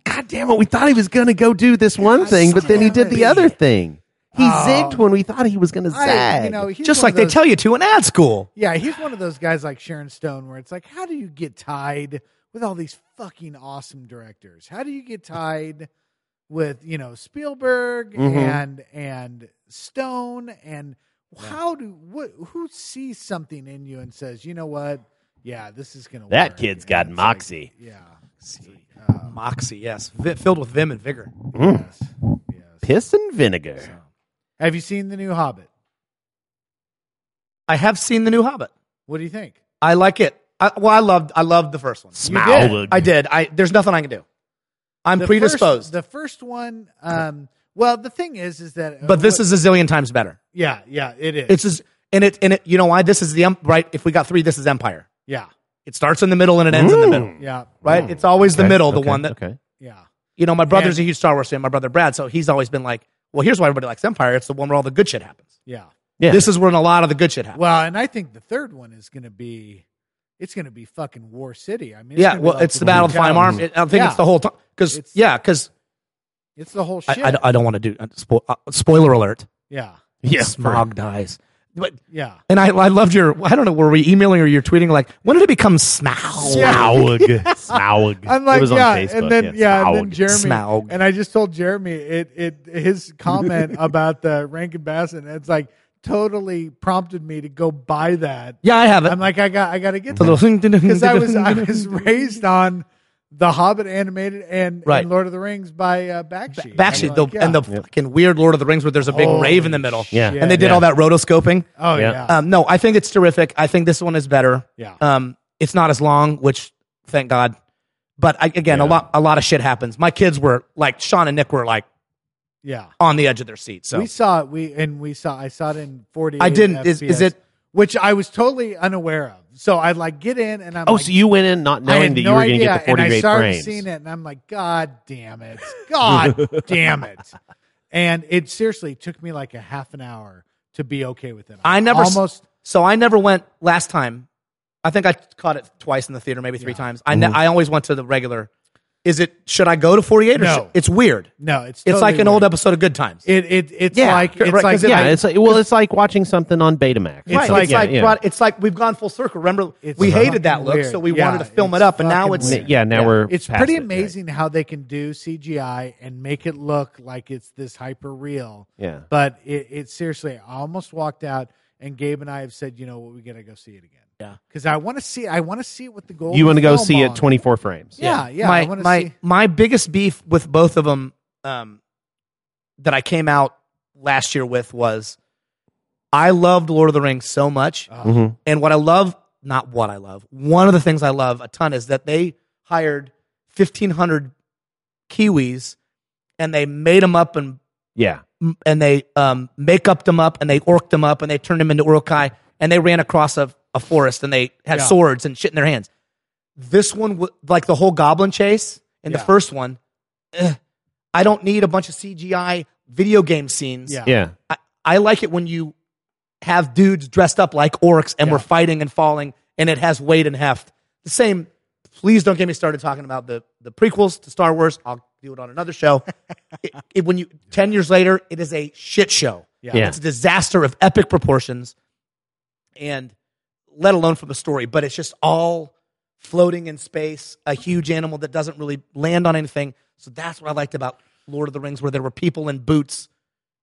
God damn it, we thought he was going to go do this one thing, but then he did the
damn
other thing. He
Oh.
zigged when we thought he was going to
I-
zag.
you know, he's
Just
one
like
of
they
those-
tell you to in ad school.
Yeah, he's one of those guys like Sharon Stone, where it's like, how do you get tied with all these fucking awesome directors? How do you get tied with you know Spielberg
Mhm.
and and Stone and how do what who sees something in you and says, you know what? Yeah, this is gonna.
That
work.
kid's
And
got
it's
moxie.
Like, yeah. Oh,
Moxie, yes. Vi- filled with vim and vigor.
Mm.
Yes. yes.
Piss and vinegar.
Have you seen the new Hobbit?
I have seen the new Hobbit.
What do you think?
I like it. I, well, I loved I loved the first one.
Smell the-
I did. I there's nothing I can do. I'm
The First,
predisposed.
the first one. Um, well, the thing is, is that uh,
but this is a zillion times better.
yeah, yeah, it is.
It's just and it and it you know why this is the em- right if we got 3 this is empire.
Yeah,
It starts in the middle and it ends in the middle.
Mm.
yeah,
Right?
Mm.
It's always the
Okay,
middle, the
okay,
one that
Okay.
yeah,
you know, my brother's
And-
a huge Star Wars fan, my brother Brad, so he's always been like, well, here's why everybody likes empire. It's the one where all the good shit happens.
yeah.
Yeah.
This is when a lot of the good shit happens.
Well, and I think the third one is going to be, it's going to be fucking War City. I mean,
yeah,
gonna be
well,
like
it's the Battle of the Fine
Hotel.
Arm. It- I think
Yeah.
it's the whole time cuz
It's-
yeah, cuz
It's the whole
I,
shit.
I, don't- I don't want to do uh, spo- uh, spoiler alert.
yeah,
yes.
Smog dies. But
yeah.
and I, I loved your. I don't know. Were we emailing or you're tweeting? Like when did it become smog?
Smaug. Smaug.
I'm like,
it was
yeah,
on Facebook.
and then yeah, and then
Smaug.
Jeremy,
Smaug.
and I just told Jeremy it it his comment about the Rankin Bass, and it's like totally prompted me to go buy that.
Yeah, I have it.
I'm like, I got I got to get that.
Because
because I was I was raised on the Hobbit animated and,
Right.
and Lord of the Rings by uh, Bakshi.
Actually,
I'm
the,
like, yeah.
and the fucking weird Lord of the Rings where there's a big
Holy
rave in the middle,
Yeah.
and they did
Yeah.
all that rotoscoping.
oh
Yeah.
yeah,
Um, no, I think it's terrific. I think this one is better.
Yeah.
Um, it's not as long, which thank God. But I, again, a
Yeah.
lot a lot of shit happens. My kids were like Sean and Nick were like
yeah.
on the edge of their seat. So
We saw it. We and we saw. I saw it in forty.
I didn't- is- is it-
which I was totally unaware of? So I like get in and I'm.
Oh,
like,
so you went in not
I
knowing
had
that
no
you were
idea,
going to get the
and
40
I
grade
started
frames.
seeing it, and I'm like, God damn it! God damn it! And it seriously took me like a half an hour to be okay with it.
I never s-
almost.
So I never went last time. I think I caught it twice in the theater, maybe three
Yeah. Mm-hmm.
times. I ne- I always went to the regular. Is it should I go to 48 or
No.
should, it's weird.
No, it's
It's like
totally
an old
weird.
episode of Good Times.
It it it's
Yeah,
like
correct,
it's like
'cause it-
yeah,
I-
it's like, well, it's like watching something on Betamax.
Right,
like-
it's
yeah,
like
yeah.
brought- it's like we've gone full circle. Remember,
It's
we hated that
fucking
look,
weird.
so we
Yeah,
wanted to film it
it's
up, and now
fucking
it's
weird.
yeah, now we're
it's
past
pretty
it, right.
amazing how they can do CGI and make it look like it's this hyper real.
Yeah.
But it, it seriously, I almost walked out, and Gabe and I have said, you know what, we gotta go see it again.
Yeah.
because I want to see, I want to see it with the gold.
You
want to
go see it 24 frames.
Yeah, yeah. I
my
want to
my
see.
my biggest beef with both of them um, that I came out last year with was I loved Lord of the Rings so much,
Oh,
Mhm.
and what I love not what I love one of the things I love a ton is that they hired fifteen hundred Kiwis and they made them up and
Yeah.
and they um, make up them up and they orked them up and they turned them into urukai and they ran across a, a forest and they had
Yeah.
swords and shit in their hands. This one, wa- like the whole goblin chase in
Yeah.
the first one, eh, I don't need a bunch of CGI video game scenes.
Yeah.
Yeah.
I, I like it when you have dudes dressed up like orcs and
Yeah.
we're fighting and falling and it has weight and heft. The same. Please don't get me started talking about the, the prequels to Star Wars. I'll do it on another show. it, it- when you ten years later, it is a shit show.
Yeah.
Yeah.
It's a disaster of epic proportions, and let alone from a story. But it's just all floating in space, a huge animal that doesn't really land on anything. So that's what I liked about Lord of the Rings, where there were people in boots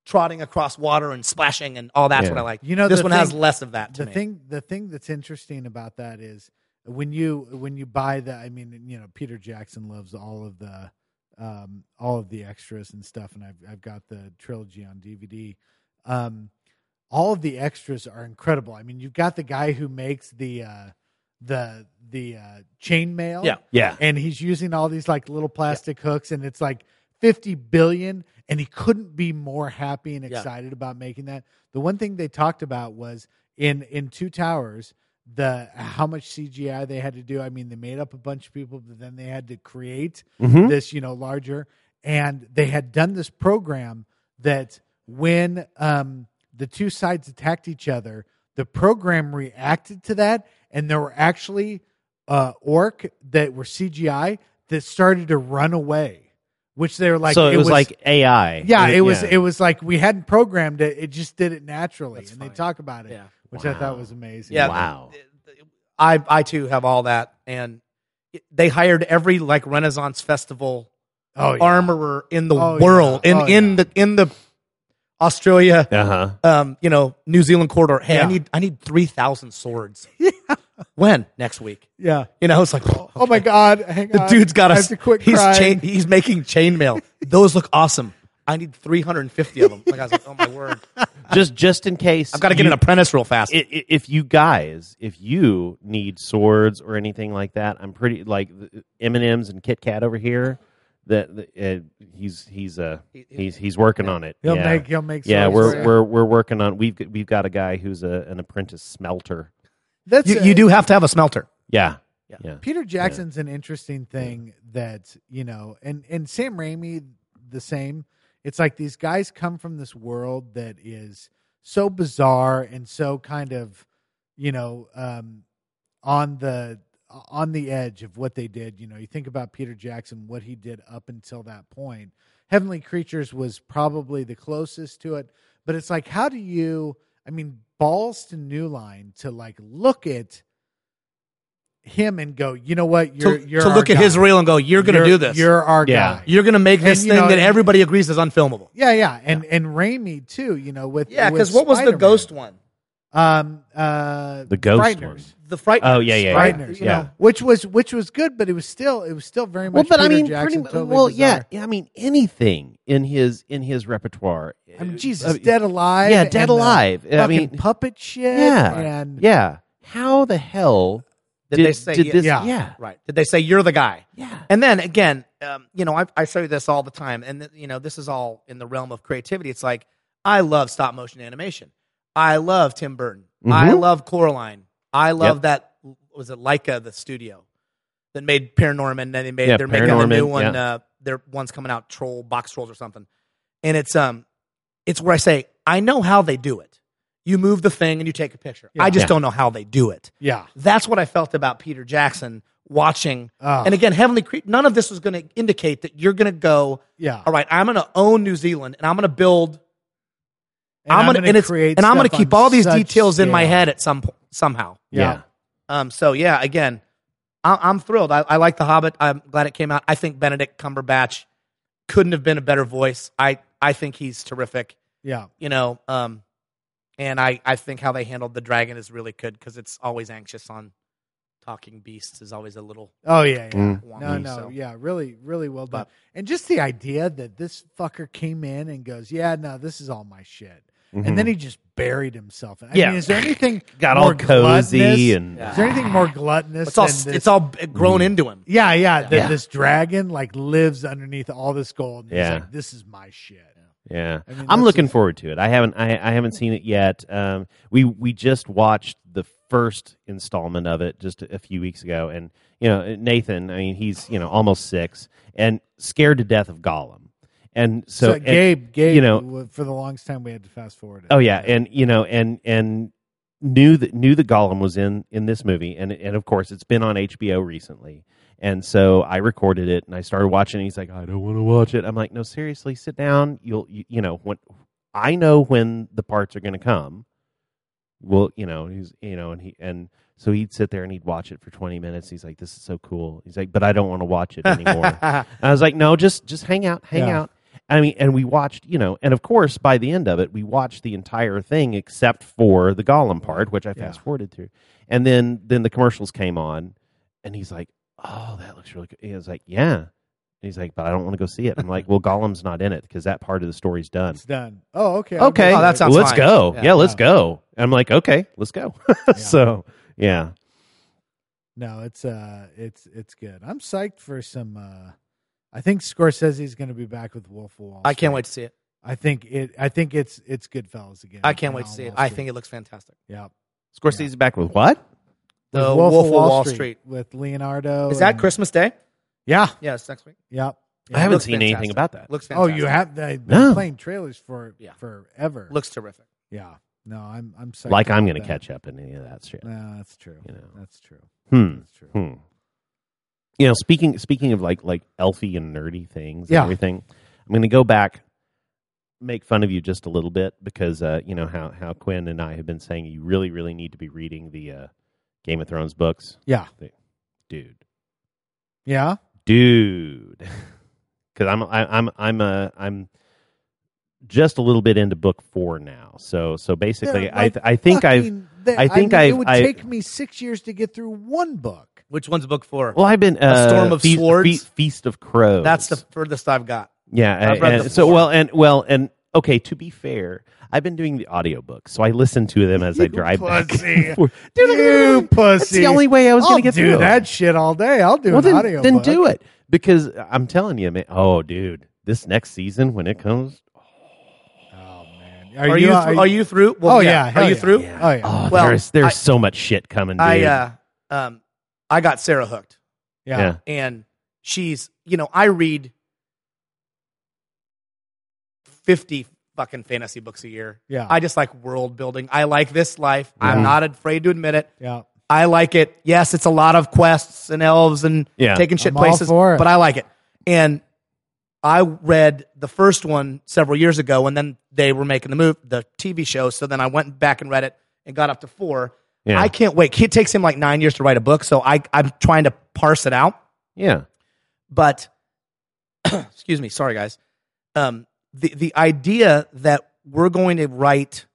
trotting across water and splashing and all that's
Yeah.
what I like.
You know,
this
the
one has
thing-
less of that. To
the
me.
thing the thing that's interesting about that is when you when you buy the i mean you know peter jackson loves all of the um all of the extras and stuff and i've i've got the trilogy on dvd um all of the extras are incredible i mean you've got the guy who makes the uh the the uh chainmail
Yeah.
Yeah.
and he's using all these like little plastic hooks and it's like 50 billion and he couldn't be more happy and
Yeah.
excited about making that the one thing they talked about was in in two towers the how much cgi they had to do i mean they made up a bunch of people but then they had to create
Hmm?
Mhm.
this you know larger and they had done this program that when um, the two sides attacked each other the program reacted to that and there were actually uh, orc that were cgi that started to run away which they were like
so it, was, like AI.
yeah it was
yeah.
it was like we hadn't programmed it it just did it naturally
That's
and they
fine.
talk about it
Yeah.
which i thought
Wow.
was amazing
Yeah.
Wow.
I I too have all that, and it- they hired every like Renaissance festival
oh yeah.
armorer in the
Oh,
world,
yeah.
in
Oh,
in
yeah.
the in the Australia,
Uh
Uh-huh.
huh.
um, you know, New Zealand corridor. Hey, I
Yeah.
need I need three thousand swords. When next week?
yeah
You know, it's like
oh my god hang
the
on.
dude's got
I
a
have to quit
he's
crying.
chain, he's making chainmail. Those look awesome. I need three hundred and fifty of them. Like I was like, oh my word,
Just just in case
I've got to get
you-
an apprentice real fast.
i- i- if you guys, if you need swords or anything like that, I'm pretty like M and M's and Kit Kat over here. That that, uh, he's he's uh he's he's working on it.
he'll
yeah.
make he'll make
yeah,
songs
we're
for you.
we're we're working on. We've we've got a guy who's a, an apprentice smelter.
that's
you,
a-
you do have to have a smelter.
Yeah,
Yeah.
yeah.
Peter Jackson's an interesting thing that you know, and and Sam Raimi the same. It's like these guys come from this world that is so bizarre and so kind of you know um, on the on the edge of what they did. You know, you think about Peter Jackson, what he did up until that point. Heavenly Creatures was probably the closest to it, but it's like, how do you? I mean, balls to New Line to like look at him and go, you know what? You're
to,
you're
to
our
look at
guy.
his reel and go, you're going to do this. You're,
You're our
Yeah.
guy.
going to make this
And, you
thing
know,
that
and-
everybody agrees is unfilmable.
yeah, yeah, and and Raimi too. You know, with with Spider-Man.
one?
Um, uh,
The ghost
Frighteners.
one.
The fright.
Oh, yeah, yeah,
Fright-
Frighteners,
you
yeah.
know,
which was which was good, but it was still it was still very
Well,
much.
but I
Peter
mean,
Jackson,
pretty, mu-
totally
well, yeah,
bizarre.
yeah. I mean, anything in his in his repertoire.
I mean,
Uh,
Jesus, Dead Alive.
Yeah,
and
Dead
the
Alive. I
fucking
mean,
puppet shit.
Yeah.
and
yeah. How the hell
Did
did,
they say
did
ye-
this?
yeah.
yeah,
Right. Did they say you're the guy?
yeah.
And then again, um, you know, I, I show you this all the time, and th- you know, this is all in the realm of creativity. It's like I love stop motion animation. I love Tim Burton. I
Mhm.
love Coraline. I love that. Was it Leica the studio that made Paranorman? And then they made
Yeah,
they're making the new
Paranorman,
one.
yeah.
Uh, their one's coming out, Troll Box Trolls or something. And it's um, it's where I say I know how they do it. You move the thing and you take a picture.
Yeah.
I just
Yeah.
don't know how they do it.
yeah.
That's what I felt about Peter Jackson watching
Ah.
and again, Heavenly Creek, none of this was going to indicate that you're going to go,
yeah.
all right, I'm going to own New Zealand and I'm going to build,
And
I'm going to, and, it's-
create
and I'm going to
stuff
keep
on
all these
such
details in my
scale.
head at some po- somehow.
Yeah.
Um, so yeah, again, I, I'm thrilled. I, I like The Hobbit. I'm glad it came out. I think Benedict Cumberbatch couldn't have been a better voice. I, I think he's terrific,
Yeah,
you know, um, and I, I think how they handled the dragon is really good because it's always anxious on talking beasts is always a little
Oh yeah, yeah.
Mm.
wonky.
No, no,
so.
yeah, really, really well done.
But-
and just the idea that this fucker came in and goes, "Yeah, no, this is all my shit,"
Mm-hmm.
Mhm.
and then he just buried himself. I
Yeah.
mean, is there anything
got
more
all cozy
gluttonous-
and
Yeah.
Is there anything more gluttonous?
It's all
than this?
it's all b- grown
Mm.
into him.
yeah, yeah. That
Yeah.
this dragon like lives underneath all this gold. And
Yeah.
he's like, this is my shit.
yeah.
I mean,
I'm
that's
looking
just-
forward to it. I haven't I, I haven't seen it yet. Um, we we just watched the first installment of it just a few weeks ago, and you know Nathan. I mean, he's you know almost six and scared to death of Gollum, and so,
So,
and-
Gabe, Gabe,
you know-
w- for the longest time we had to fast forward. it.
Oh yeah, and you know, and and knew that knew that Gollum was in in this movie, and and of course it's been on HBO recently, and so I recorded it and I started watching. it. He's like, I don't want to watch it. I'm like, No, seriously, sit down. You'll you, you know when I know when the parts are going to come. Well, you know, he's you know, and he and so he'd sit there and he'd watch it for 20 minutes. He's like, This is so cool. He's like, But I don't want to watch it anymore. I was like, no, just just hang out, hang
Yeah.
out. I mean, and we watched, you know, and of course, by the end of it, we watched the entire thing except for the Gollum part, which I
Yeah.
fast forwarded through. And then then the commercials came on, and he's like, "Oh, that looks really good." And I was like, "Yeah." And he's like, "But I don't want to go see it." I'm like, "Well, Gollum's not in it because that part of the story's done."
It's done. Oh, okay. I'll
Okay,
go
Oh, that
there.
sounds
let's
fine.
go. Yeah,
Yeah.
let's
Yeah.
go. And I'm like, okay, let's go. so yeah,
No, it's uh, it's it's good. I'm psyched for some. uh I think Scorsese's going to be back with Wolf of Wall.
I can't
Street.
wait to see it.
I think it. I think it's it's Goodfellas again.
I can't wait to
on
see it.
Wall
I
Street.
think it looks fantastic.
Yeah.
Scorsese's back with what?
With
The
Wolf, of Wall, Street,
Street.
with Leonardo.
Oh,
Is that
and-
Christmas Day?
Yeah.
Yeah, it's next week.
Yep.
I haven't
Looks
seen anything
fantastic.
about that.
Looks
Oh,
fantastic.
you have they been
No.
playing trailers for
Yeah.
forever.
Looks terrific.
Yeah. No, I'm I'm psyched
Like I'm
about
going to
that.
catch up in any of that shit.
No, that's true.
You know.
That's true.
Hmm.
That's true.
Hmm. You know, speaking speaking of like like elfy and nerdy things
Yeah.
and everything, I'm going to go back, make fun of you just a little bit because uh, you know how how Quinn and I have been saying you really really need to be reading the uh, Game of Thrones books,
Yeah.
dude.
Yeah.
dude because i'm I, i'm i'm uh, i'm just a little bit into book four now so so basically
They're
i
like
th- i think i've
Fucking- they-
I think
mean,
I've-
it would
I-
take me six years to get through one book.
Which one's book four?
well i've been uh,
Storm of
feast,
Swords?
Fe- feast of crows
That's the furthest I've got.
yeah
I've read
and-
the
so
four.
well and well and okay to be fair i've been doing the audiobook so i listen to them as i
You
drive back
pussy.
and forth. dude I really-
You pussy.
that's the only way i was
I'll
going to get
do
through
that shit all day. I'll do
well
an
then,
audio.
then do it because i'm telling you man oh dude this next season when it comes
Oh man,
Are, you,
on-
thr- are you through? Well,
Oh, yeah,
yeah.
hell
Are you
yeah.
through?
Oh, yeah.
Oh,
Well,
there's there's
I-
so much shit coming. Dude.
I uh, um, I got Sarah hooked,
Yeah.
yeah.
and she's you know I read fifty fucking fantasy books a year.
Yeah.
I just like world building. I like this life.
Yeah.
I'm not afraid to admit it.
yeah.
I like it. Yes, it's a lot of quests and elves and
Yeah.
taking shit
I'm all
places,
for it.
but I like it. And I read the first one several years ago, and then they were making the move, the TV show. So then I went back and read it and got up to four.
Yeah.
I can't wait. It takes him like nine years to write a book, so I, I'm trying to parse it out.
Yeah.
But excuse me, sorry guys. Um, the the idea that we're going to write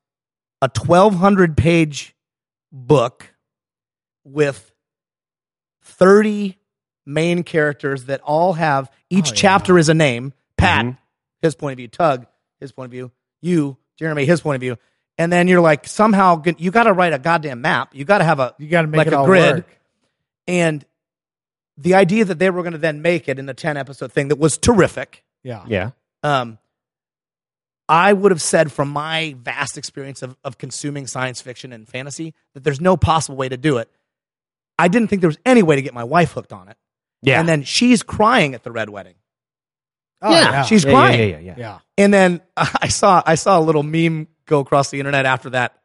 a 1,200 page book with 30 main characters that all have each
Oh, yeah. Mm-hmm.
chapter is a name. Pat,
Mhm.
his point of view. Tug, his point of view. You, Jeremy, his point of view. And then you're like somehow g- you got to write a goddamn map. You got to have a
You got to make
Like
it
a
all
grid.
work.
and the idea that they were going to then make it in the 10 episode thing that was terrific
Yeah.
Yeah.
um, i would have said from my vast experience of, of consuming science fiction and fantasy that there's no possible way to do it i didn't think there was any way to get my wife hooked on it
Yeah.
and then she's crying at the red wedding
Oh,
yeah.
yeah.
she's
yeah,
crying
Yeah. Yeah. Yeah.
yeah.
and then I saw I saw a little meme go across the internet after that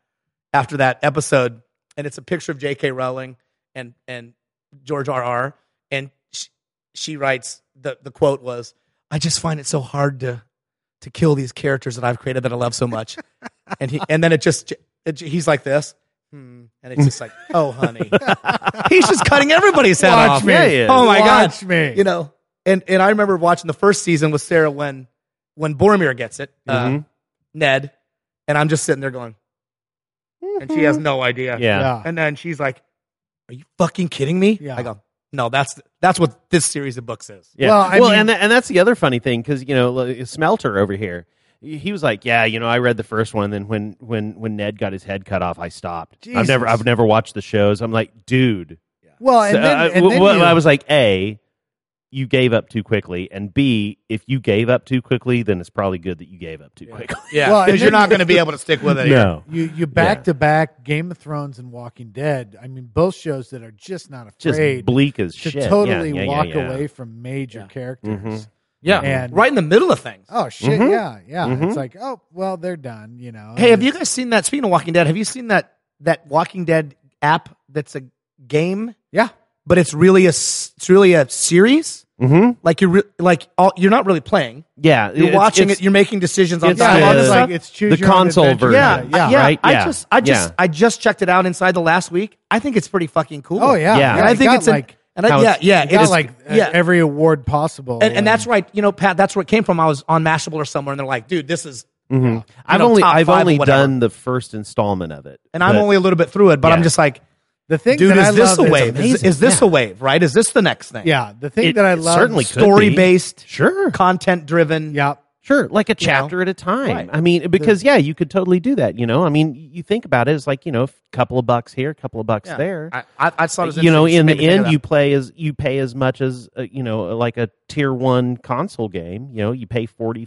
after that episode, and it's a picture of J.K. Rowling and and George R.R. and she, she writes the the quote was I just find it so hard to to kill these characters that I've created that I love so much, and he and then it just it, he's like this. Hmm. And it's just like, oh, honey, he's just cutting everybody's head
Watch
off.
me.
Yeah, he is.
Oh my god,
Watch me.
you know and and i remember watching the first season with sarah when when boromir gets it uh,
Mhm.
ned and i'm just sitting there going and she has no idea
Yeah.
Yeah.
and then she's like are you fucking kidding me
Yeah.
i go no that's that's what this series of books is
Yeah.
Well,
Well,
I mean-
and tha- and that's the other funny thing because you know like, Smelter over here, he was like, yeah, you know, I read the first one, and then when when when Ned got his head cut off, I stopped. I've never
Jesus.
I've never watched the shows. I'm like, dude.
Well, and
So,
then,
uh,
and
w-
then
well,
you-
I was like, a, you gave up too quickly, and b, if you gave up too quickly, then it's probably good that you gave up too quickly.
yeah
Well, and
because you're
then-
not going to be able to stick with it
no.
You you back to back Game of Thrones and Walking Dead. I mean, both shows that are just not
Just
afraid
bleak as
to
shit. Yeah,
totally
yeah, yeah,
walk
yeah.
away from major
Yeah.
characters.
Mhm.
yeah
And-
right in the middle of things
Oh shit!
Mhm.
Yeah, yeah.
Mhm.
It's like, oh well, they're done. You know.
hey have
It's-
you guys seen that speaking of walking dead have you seen that that walking dead app that's a game
Yeah.
but it's really a s- it's really a series
Mm-hmm.
like you're re- like all, you're not really playing
Yeah,
You're
it's-
watching
it's-
it. You're making decisions on
it's
Yeah,
time.
the-
all this
it's
uh,
like
stuff.
it's choose
the
your own
console
adventure.
yeah,
version.
yeah,
yeah.
right?
I
Yeah.
just, I just,
Yeah.
I just checked it out inside the last week. I think it's pretty fucking cool.
Oh yeah,
Yeah.
yeah.
and I
it
think
got
it's an,
like
And I,
How
yeah,
it's-
yeah,
It got
is-
like uh,
yeah.
every award possible.
and, and that's right. You know, Pat, that's where it came from. I was on Mashable or somewhere, and they're like, "Dude, this is."
Mhm. I've
know,
only
top
I've
five or
only
whatever.
done the first installment of it,
And I'm
but-
only a little bit through it, but I'm
Yeah.
just like,
the thing
"Dude,
that I
is this
love
a wave? Is,
amazing.
is this
Yeah.
a wave? Right? Is this the next thing?
Yeah, the thing
It
that I love
certainly could
Story
be.
based,
Sure,
content driven.
Yeah,
sure, like a
You know?
chapter at a time.
Right.
I mean, because yeah, you could totally do that. You know, I mean, you think about it, it's like you know, a couple of bucks here, a couple of bucks
Yeah.
there.
I, I, I saw it was
you know, in
interesting.
the
It just made me think of
end,
that.
you play as you pay as much as uh, you know, like a tier one console game. You know, you pay 40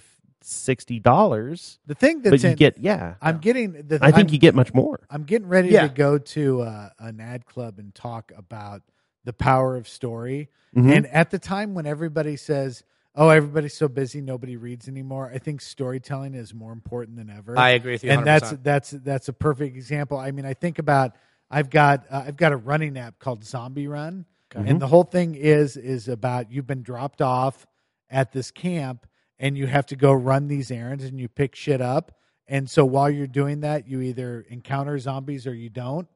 dollars,
the thing
but
that's
you
in,
get yeah.
I'm getting the
I think
I'm,
you get much more.
I'm getting ready to
Yeah.
go to uh, an ad club and talk about the power of story.
Mhm.
And at the time when everybody says, "Oh, everybody's so busy, nobody reads anymore," I think storytelling is more important than ever.
I agree with you.
and
100%.
that's that's that's a perfect example. I mean, I think about I've got uh, I've got a running app called Zombie Run, and the whole thing is is about you've been dropped off at this camp and you have to go run these errands and you pick shit up. And so while you're doing that, you either encounter zombies or you don't.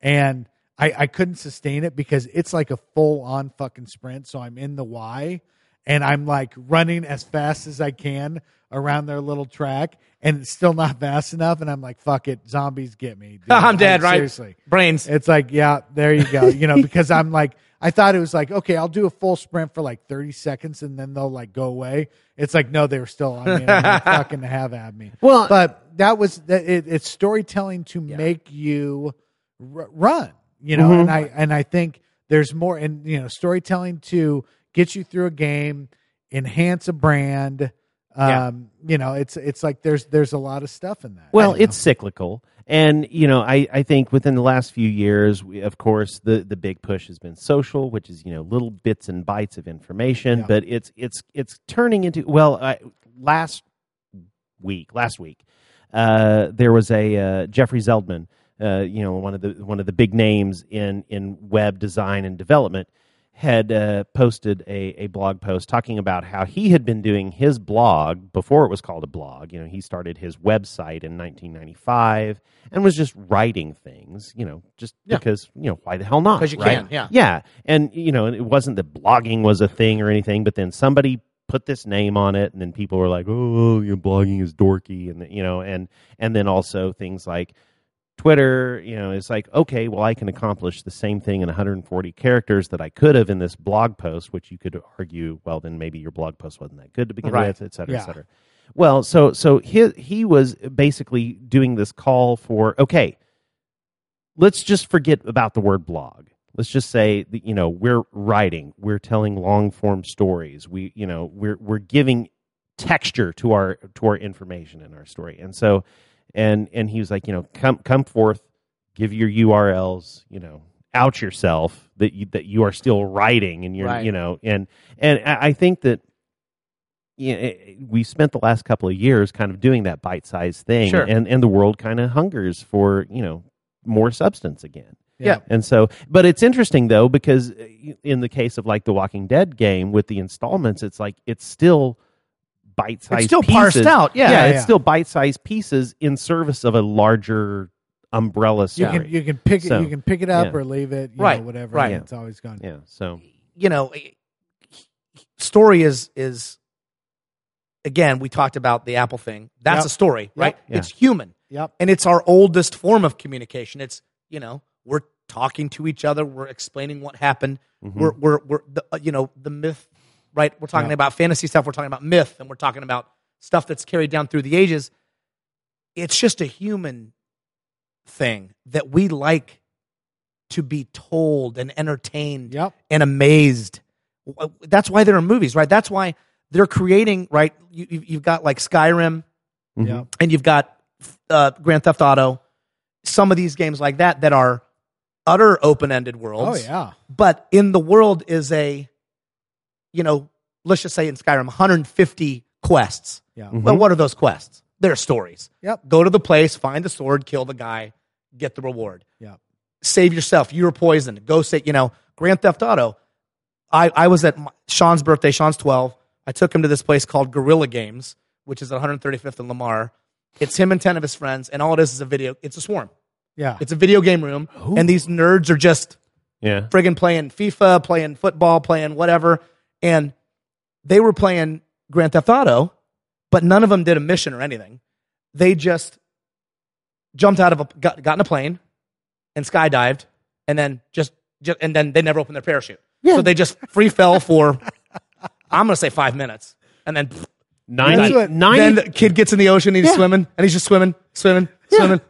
And I, I couldn't sustain it because it's like a full on fucking sprint. So I'm in the Y and I'm like running as fast as I can around their little track and it's still not fast enough. And I'm like, fuck it, zombies get me. dude.
I'm dead,
Like,
right?
Seriously.
Brains.
It's like, yeah, there you go. You know, because I'm like, I thought it was like, okay, I'll do a full sprint for like 30 seconds and then they'll like go away. It's like, no, they were still on me. And I'm like, fucking have at me.
Well,
but that was that. It, it's storytelling to make you r- run, you know. And I and I think there's more, and you know, storytelling to get you through a game, enhance a brand.
Yeah.
Um, you know, it's it's like there's there's a lot of stuff in that.
Well,
you know?
it's cyclical. And, you know, I, I think within the last few years, we, of course, the, the big push has been social, which is, you know, little bits and bytes of information,
Yeah.
but it's it's it's turning into well, I, last week, last week, uh, there was a uh, Jeffrey Zeldman, uh, you know, one of the one of the big names in in web design and development had uh, posted a, a blog post talking about how he had been doing his blog before it was called a blog. You know, he started his website in 1995 and was just writing things, you know, just
Yeah.
because, you know, why the hell not?
'Cause you
right?
can, yeah.
Yeah. And, you know, and it wasn't that blogging was a thing or anything, but then somebody put this name on it and then people were like, oh, you know, blogging is dorky. And, you know, and, and then also things like, Twitter, you know, it's like, okay, well, I can accomplish the same thing in 140 characters that I could have in this blog post, which you could argue, well, then maybe your blog post wasn't that good to begin
Right.
with, et cetera, et
Yeah.
cetera. Well, so so he he was basically doing this call for okay, let's just forget about the word blog. Let's just say that, you know we're writing, we're telling long form stories. We you know we're we're giving texture to our to our information and our story. And so and and he was like, you know, come come forth, give your URLs, you know, out yourself that you that you are still writing and you're
Right.
you know and and I I think that you know, it- it- we spent the last couple of years kind of doing that bite-sized thing
Sure.
and and the world kind of hungers for, you know, more substance again.
Yeah.
And so, but it's interesting though because uh, in the case of like the Walking Dead game with the installments, it's like it's still bite-sized.
It's still
pieces.
parsed out.
yeah,
Yeah.
Yeah,
it's
yeah.
still bite-sized pieces in service of a larger umbrella
You
story.
can you can pick it
So,
you can pick it up
yeah.
or leave it, you
Right,
know, whatever.
right.
and It's always gone.
yeah. So
you know, story is is again. We talked about the Apple thing. That's
Yep.
a story, right?
Yeah.
It's human,
Yep.
and it's our oldest form of communication. It's you know, we're talking to each other. We're explaining what happened.
mhm.
Mm-hmm. We're we're we're the, uh, you know the myth, right? We're talking
Yeah.
about fantasy stuff. We're talking about myth, and we're talking about stuff that's carried down through the ages. It's just a human thing that we like to be told and entertained
Yep.
and amazed. W- That's why there are movies, right? That's why they're creating, right? You, you- you've got like Skyrim
Mhm.
Yep.
and you've got uh, Grand Theft Auto, some of these games like that that are utter open ended
Oh
worlds.
yeah.
But in the world is a, you know, let's just say in Skyrim, 150 quests.
Yeah.
mm-hmm.
Well, what are those quests? They're stories.
Yep.
Go to the place, find the sword, kill the guy, get the reward
Yeah.
save yourself. You're poisoned. Go say, you know, Grand Theft Auto. I, I was at my, Sean's birthday. Sean's 12. I took him to this place called Gorilla Games, which is at 135th and Lamar. It's him and 10 of his friends, and all it is is a video. It's a swarm.
Yeah.
It's a video game room,
Ooh.
and these nerds are just
Yeah.
friggin' playing FIFA, playing football, playing whatever. And they were playing Grand Theft Auto, but none of them did a mission or anything. They just jumped out of a got, got in a plane and skydived, and then just, just and then they never opened their parachute. So they just free fell for I'm gonna say five minutes, and then.
Ninety.
what-
ninety-
Then the kid gets in the ocean, he's
Yeah.
swimming, and he's just swimming, swimming, swimming.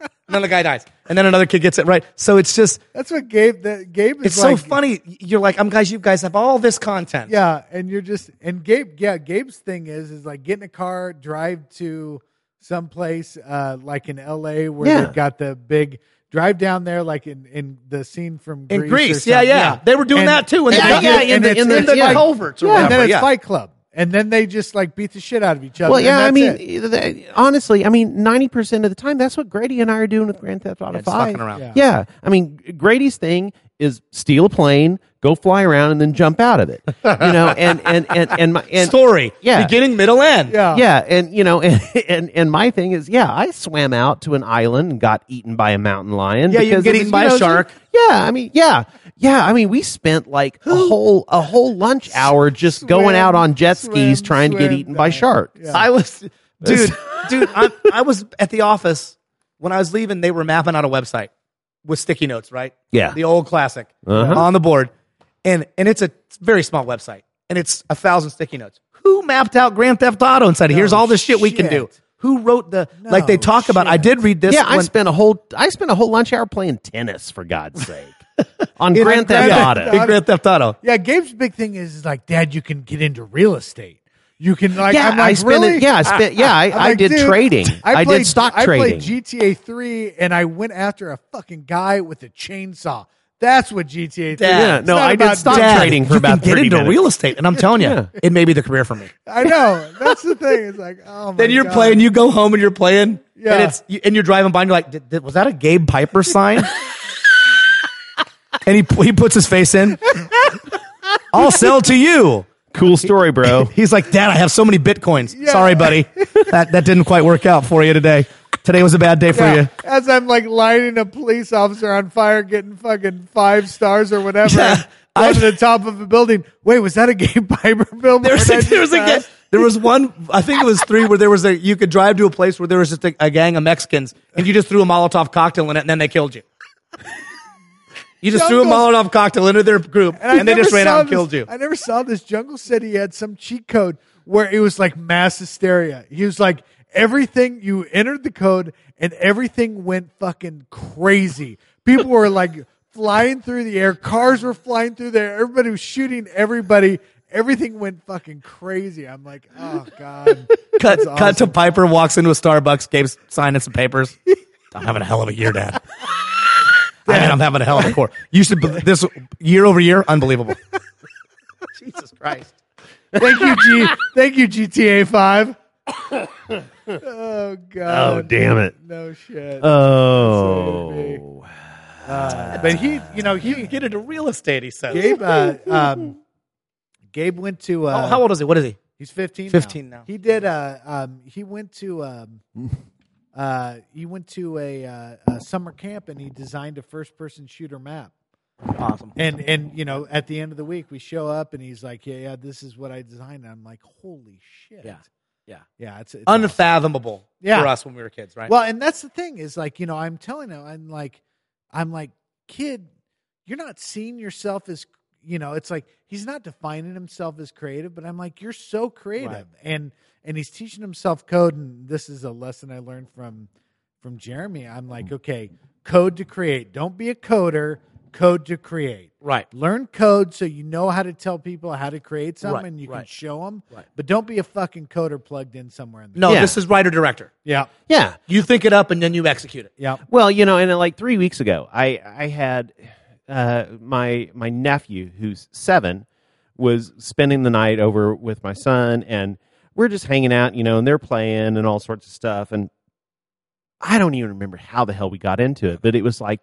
and then the guy dies. And then another kid gets it right. So it's just,
That's what Gabe. That Gabe is
it's
like,
so funny. You're like, I'm guys, you guys have all this content.
Yeah, and you're just and Gabe. Yeah, Gabe's thing is is like get in a car, drive to someplace uh, like in L.A. where
Yeah.
they've got the big drive down there, like in in the scene from
In
Greece. or
Greece, yeah,
something.
yeah, They were doing
And-
that too. And
Yeah,
they
yeah,
did it,
in
and
the-
it's
in the- yeah.
culverts or
Yeah, and
whatever.
then it's
yeah.
Fight Club, and then they just like beat the shit out of each other.
Well,
and
yeah, I
that's
mean,
it.
th- honestly, I mean, 90% of the time, that's what Grady and I are doing with Grand Theft Auto
Yeah, just
5.
fucking around.
Yeah.
Yeah. I mean, Grady's thing is steal a plane, go fly around, and then jump out of it. You know, and, and, and, and, my, and
Story.
Yeah.
Beginning, middle, end.
yeah,
yeah, and you know, and, and and my thing is, yeah, I swam out to an island and got eaten by a mountain lion.
Yeah, you
because
can
it
get eaten by a
so-
shark.
yeah, I mean, yeah, yeah, I mean, we spent like a whole a whole lunch hour just going out on jet skis
swim,
trying to get
swim,
eaten by
dive.
sharks.
Yeah.
I was, dude, dude, I, I was at the office when I was leaving. They were mapping out a website with sticky notes, right?
Yeah.
the old classic
Uh-huh.
on the board, and and it's a very small website, and it's a thousand sticky notes. Who mapped out Grand Theft Auto and said, "Here's all the shit, we can do"?
shit.
Who wrote the like they
No
talk about? I
shit.
did read this.
yeah, I
one-
spent a whole I spent a whole lunch hour playing tennis for God's sake on Grand Theft
Grand
Auto.
Theft
in Grand Theft Auto.
yeah. Gabe's big thing is, is like, Dad, you can get into real estate. You can like,
Yeah,
I'm like,
I spent
really?
it. Yeah, I spent. Yeah, I,
I'm
I
like,
did
dude,
trading. I,
played-
did stock
I
trading.
played GTA 3 and I went after a fucking guy with a chainsaw. That's what GTA 3
Dad.
yeah,
It's
no,
not
I
about
did stock
dad.
trading for
you
about
can get
30
into
minutes.
real estate, and I'm telling you, it may be the career for me.
I know. That's the thing. It's like, oh my
Then you're
God.
playing. You go home and you're playing.
Yeah.
And it's you- and you're driving by and you're like, "Did- did- was that a Gabe Piper sign? and he he puts his face in. I'll sell to you.
Cool story, bro.
He's like, Dad, I have so many bitcoins. Sorry, buddy, that that didn't quite work out for you today. Today was a bad day for
Yeah.
you.
As I'm like lighting a police officer on fire, getting fucking five stars or whatever,
Yeah,
and going to
I-
the top of a building. Wait, was that a Gabe Piper billboard?
There's
I
a,
just
there's a
passed?
ga- there was one I think it was three where there was a you could drive to a place where there was just a, a gang of Mexicans and you just threw a Molotov cocktail in it and then they killed you. You just threw a
Jungles-
Molotov cocktail into their group
And, I
and, they
never
just ran
saw
out and
this-
killed you.
I never saw this. Jungle City had some cheat code where it was like mass hysteria. He was like, everything, you entered the code and everything went fucking crazy. People were like flying through the air, cars were flying through there, everybody was shooting everybody. Everything went fucking crazy. I'm like, oh God.
cut
That's
cut to
awesome.
Piper walks into a Starbucks, Gabe's signing some papers. I'm having a hell of a year, Dad. I mean, I'm having a hell of a core. You should be- this year over year, unbelievable. Jesus Christ.
Thank you, G thank you, GTA five. oh God.
Oh, damn it.
No shit.
Oh.
Uh,
but he you know he
Get into real estate, he says.
Gabe, uh, um, Gabe went to. Uh,
Oh, how old is he? What is he?
He's fifteen.
15 now.
He did. Uh, um, he went to. Um, uh, he went to a, uh, a summer camp and he designed a first-person shooter map.
Awesome.
And and you know, at the end of the week, we show up and he's like, "Yeah, yeah, this is what I designed." And I'm like, "Holy shit!"
Yeah. Yeah.
yeah. It's, it's awesome.
Unfathomable
Yeah.
for us when we were kids, right?
Well, and that's the thing is like, you know, I'm telling him, I'm like, I'm like, kid, you're not seeing yourself as, you know, it's like he's not defining himself as creative, but I'm like, you're so creative,
Right.
and and he's teaching himself code, and this is a lesson I learned from from Jeremy. I'm
Mm-hmm.
like, okay, code to create. Don't be a coder. Code to create.
right.
Learn code so you know how to tell people how to create something
Right,
and you can
right.
show them.
Right.
But don't be a fucking coder plugged in somewhere in the
No,
Yeah.
this is writer director.
Yeah.
Yeah.
You think it up and then you execute it.
Yeah.
Well, you know, and uh, like three weeks ago, I I had uh, my my nephew who's seven was spending the night over with my son, and we're just hanging out, you know, and they're playing and all sorts of stuff, and I don't even remember how the hell we got into it, but it was like,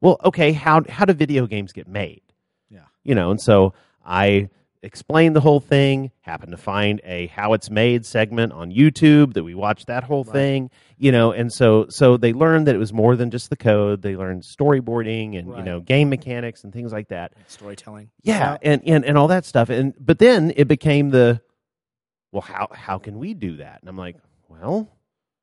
well, okay, how how do video games get made?
Yeah.
you know, and so I explained the whole thing. Happened to find a how it's made segment on YouTube that we watched that whole thing, you know, and so so they learned that it was more than just the code. They learned storyboarding and you
Right.
know game mechanics and things like that.
Storytelling.
Yeah, and, and and all that stuff. And but then it became the well, how how can we do that? And I'm like, well,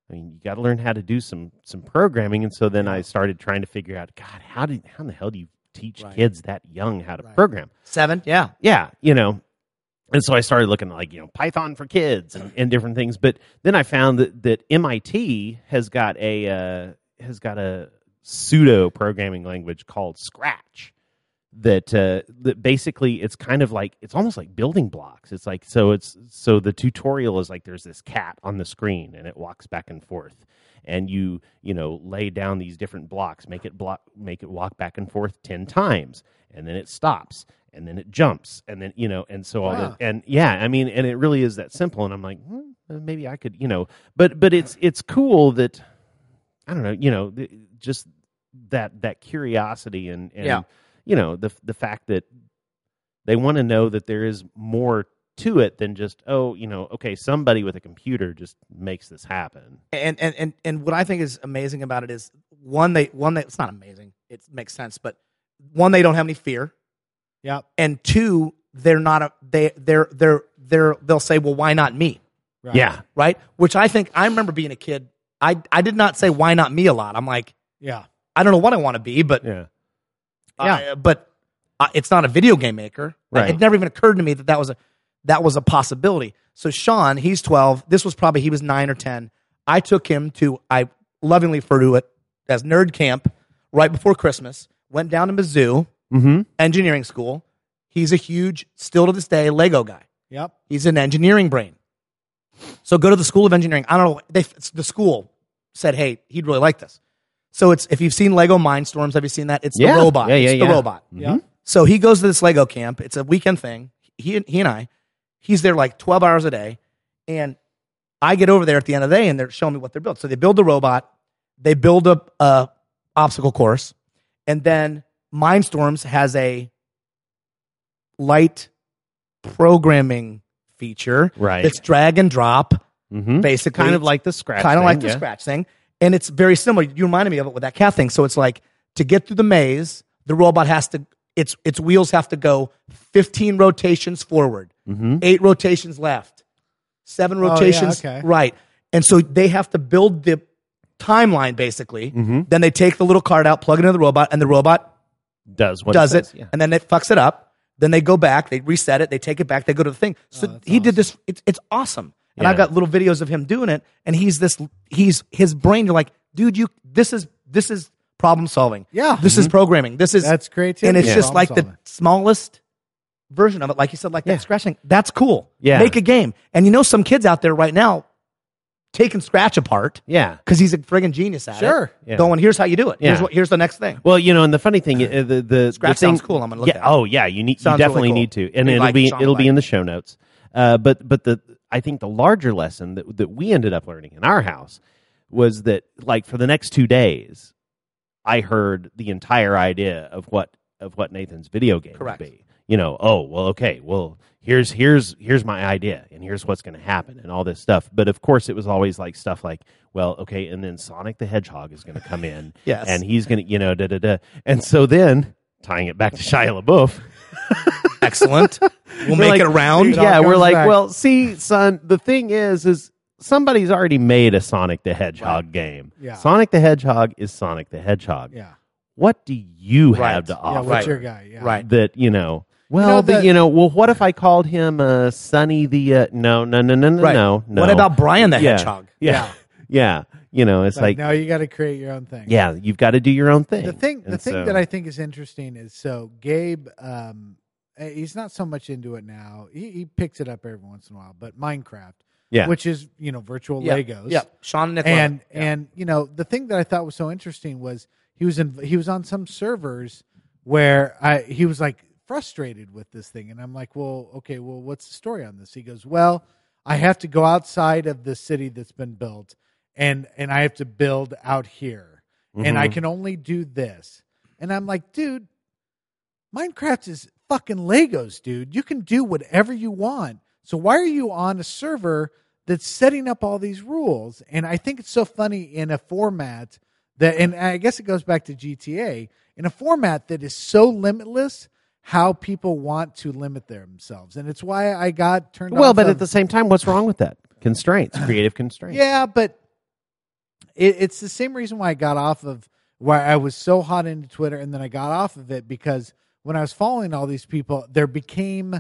I mean, you got to learn how to do some some programming. And so then I started trying to figure out, God, how did how in the hell do you teach
Right.
kids that young how to
Right.
program?
Seven. Yeah.
Yeah, you know. And so I started looking like you know Python for kids and, and different things. But then I found that that MIT has got a uh, has got a pseudo programming language called Scratch that uh, that basically it's kind of like it's almost like building blocks. It's like so it's so the tutorial is like there's this cat on the screen and it walks back and forth, and you you know lay down these different blocks, make it block, make it walk back and forth ten times, and then it stops, and then it jumps, and then you know, and so all
Wow.
the, and yeah, I mean, and it really is that simple. And I'm like, hmm, maybe I could, you know, but but it's it's cool that I don't know, you know, th- just that that curiosity and and
Yeah.
you know the the fact that they want to know that there is more to it than just oh you know okay somebody with a computer just makes this happen
and and and and what I think is amazing about it is one they one that it's not amazing. It makes sense, but one they don't have any fear,
Yep.
and two they're not a, they they're they're they're they'll say, well, why not me?
Right.
yeah
Right? Which I think I remember being a kid. I I did not say why not me a lot. I'm like
Yeah.
I don't know what I want to be, but
yeah
I- but uh, it's not a video game maker. Like,
Right.
It never even occurred to me that that was a that was a possibility. So Sean, he's twelve. This was probably he was nine or ten. I took him to I lovingly refer to it as nerd camp right before Christmas. Went down to Mizzou
mm-hmm
engineering school. He's a huge, still to this day, Lego guy.
Yep.
He's an engineering brain. So go to the school of engineering. I don't know. They, it's the school said, "Hey, he'd really like this." So it's if you've seen Lego Mindstorms, have you seen that? It's
Yeah.
the robot.
Yeah, yeah,
it's
yeah.
the robot.
Yeah.
So he goes to this Lego camp. It's a weekend thing. He he and I. He's there like twelve hours a day, and I get over there at the end of the day, and they're showing me what they're building. So they build the robot. They build a, a obstacle course, and then Mindstorms has a light programming feature.
Right.
It's drag and drop,
mm-hmm
basically.
kind of like the scratch
kind of like the
yeah.
scratch thing. And it's very similar. You reminded me of it with that cat thing. So it's like to get through the maze, the robot has to its its wheels have to go 15 rotations forward,
Mm-hmm.
eight rotations left, seven
Oh, yeah,
rotations
okay.
right. And so they have to build the timeline basically.
Mm-hmm.
Then they take the little card out, plug it into the robot, and the robot
does what
does it,
says, yeah.
and then it fucks it up. Then they go back, they reset it, they take it back, they go to the thing. So he did this. It's, it's awesome, and I've
Oh, Yeah.
got little videos of him doing it. And he's this. He's his brain. You're like, dude, you. This is this is problem solving.
Yeah.
this
Mm-hmm.
is programming. This is
That's creativity.
And it's
Yeah.
just like the
Problem-solving.
smallest version of it. Like you said, like that scratching. That's cool.
Yeah.
make a game. And you know, some kids out there right now taking scratch apart
yeah
because he's a friggin' genius at it.
Sure.
Yeah.
Going here's how you do it. Here's
Yeah.
what. Here's the next thing.
Well, you know, and the funny thing, uh, the the
Scratch
the thing,
sounds cool. I'm gonna look
yeah,
at it.
Oh yeah, you need you
Sounds really
definitely
cool.
need to, and
We
it'll
like
be
Sean
it'll
like
be in the show notes. Uh, but but the I think the larger lesson that that we ended up learning in our house was that like for the next two days, I heard the entire idea of what of what Nathan's video game
Correct.
would be. You know, oh well, okay, well here's here's here's my idea, and here's what's going to happen, and all this stuff. But of course, it was always like stuff like, well, okay, and then Sonic the Hedgehog is going to come in,
Yes.
and he's going to, you know, da da da. And so then tying it back to Shia LaBeouf,
Excellent. We'll
We're
make
like,
it around.
all
Yeah, we're
comes
like,
back.
well, see, son, the thing is, is somebody's already made a Sonic the Hedgehog game.
Yeah.
Sonic the Hedgehog is Sonic the Hedgehog.
Yeah.
What do you
Right.
have to
Yeah,
Yeah.
offer?
What's
Right.
your guy? Yeah.
Right.
That you know. Well, the- you know,
that-
well, what if I called him uh, Sonny the? Uh, no, no, no, no, no,
Right.
no, no.
What about Brian the
yeah.
Hedgehog?
Yeah, yeah. You know, it's
But
like,
no, you got to create your own thing.
yeah, you've got to do your own thing.
The thing, the
And
thing
so-
that I think is interesting is so Gabe, um, eh, he's not so much into it now. He, he picks it up every once in a while, but Minecraft,
Yeah.
which is you know virtual Legos,
Yeah. Sean and Nick. love
and
it. Yeah.
and you know the thing that I thought was so interesting was he was in he was on some servers where I he was like frustrated with this thing, and I'm like, well, okay, well, what's the story on this? He goes, well, I have to go outside of the city that's been built, and and I have to build out here, and I can only do this, and I'm like, dude, Minecraft is fucking Legos, dude. You can do whatever you want. So why are you on a server that's setting up all these rules? And I think it's so funny in a format that, and I guess it goes back to GTA, in a format that is so limitless. How people want to limit themselves, and it's why I got turned.
Well,
off
but
of-
at the same time, what's wrong with that? Constraints, creative constraints.
yeah, but it, it's the same reason why I got off of why I was so hot into Twitter and then I got off of it because when I was following all these people, there became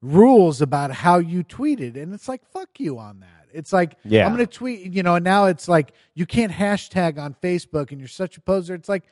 rules about how you tweeted. And it's like, fuck you on that. It's like,
Yeah.
I'm going to tweet, you know, and now it's like, you can't hashtag on Facebook and you're such a poser. It's like,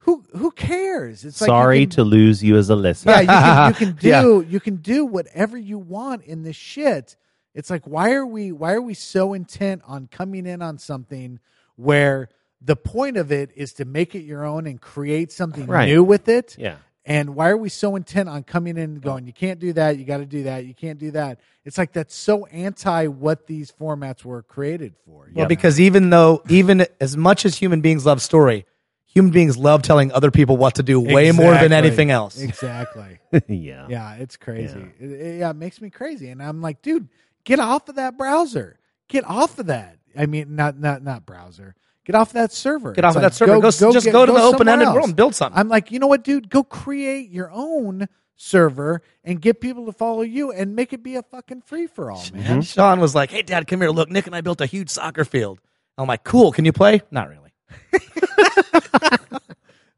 who who cares? It's like you
Sorry
can-
to lose you as a listener.
yeah, you can, you can
Yeah.
do you can do whatever you want in this shit. It's like why are we why are we so intent on coming in on something where the point of it is to make it your own and create something
Right.
new with it?
yeah.
And why are we so intent on coming in and going, you can't do that, you got to do that, you can't do that? It's like that's so anti what these formats were created for. you
Well,
know?
because even though, even as much as human beings love story, human beings love telling other people what to do way more than
Exactly.
anything else.
Exactly.
yeah.
Yeah, it's crazy. It, it- yeah, it makes me crazy, and I'm like, dude, get off of that browser. Get off of that. I mean, not not not browser. Get off that server.
Get
It's
off of
like,
that server. Go, just
get-
go to the open ended
somewhere
world
else.
and build something.
I'm like, you know what, dude? Go create your own server and get people to follow you and make it be a fucking free for all, man.
Sean was like, "Hey, Dad, come here. Look, Nick and I built a huge soccer field." I'm like, "Cool. Can you play?" Not really.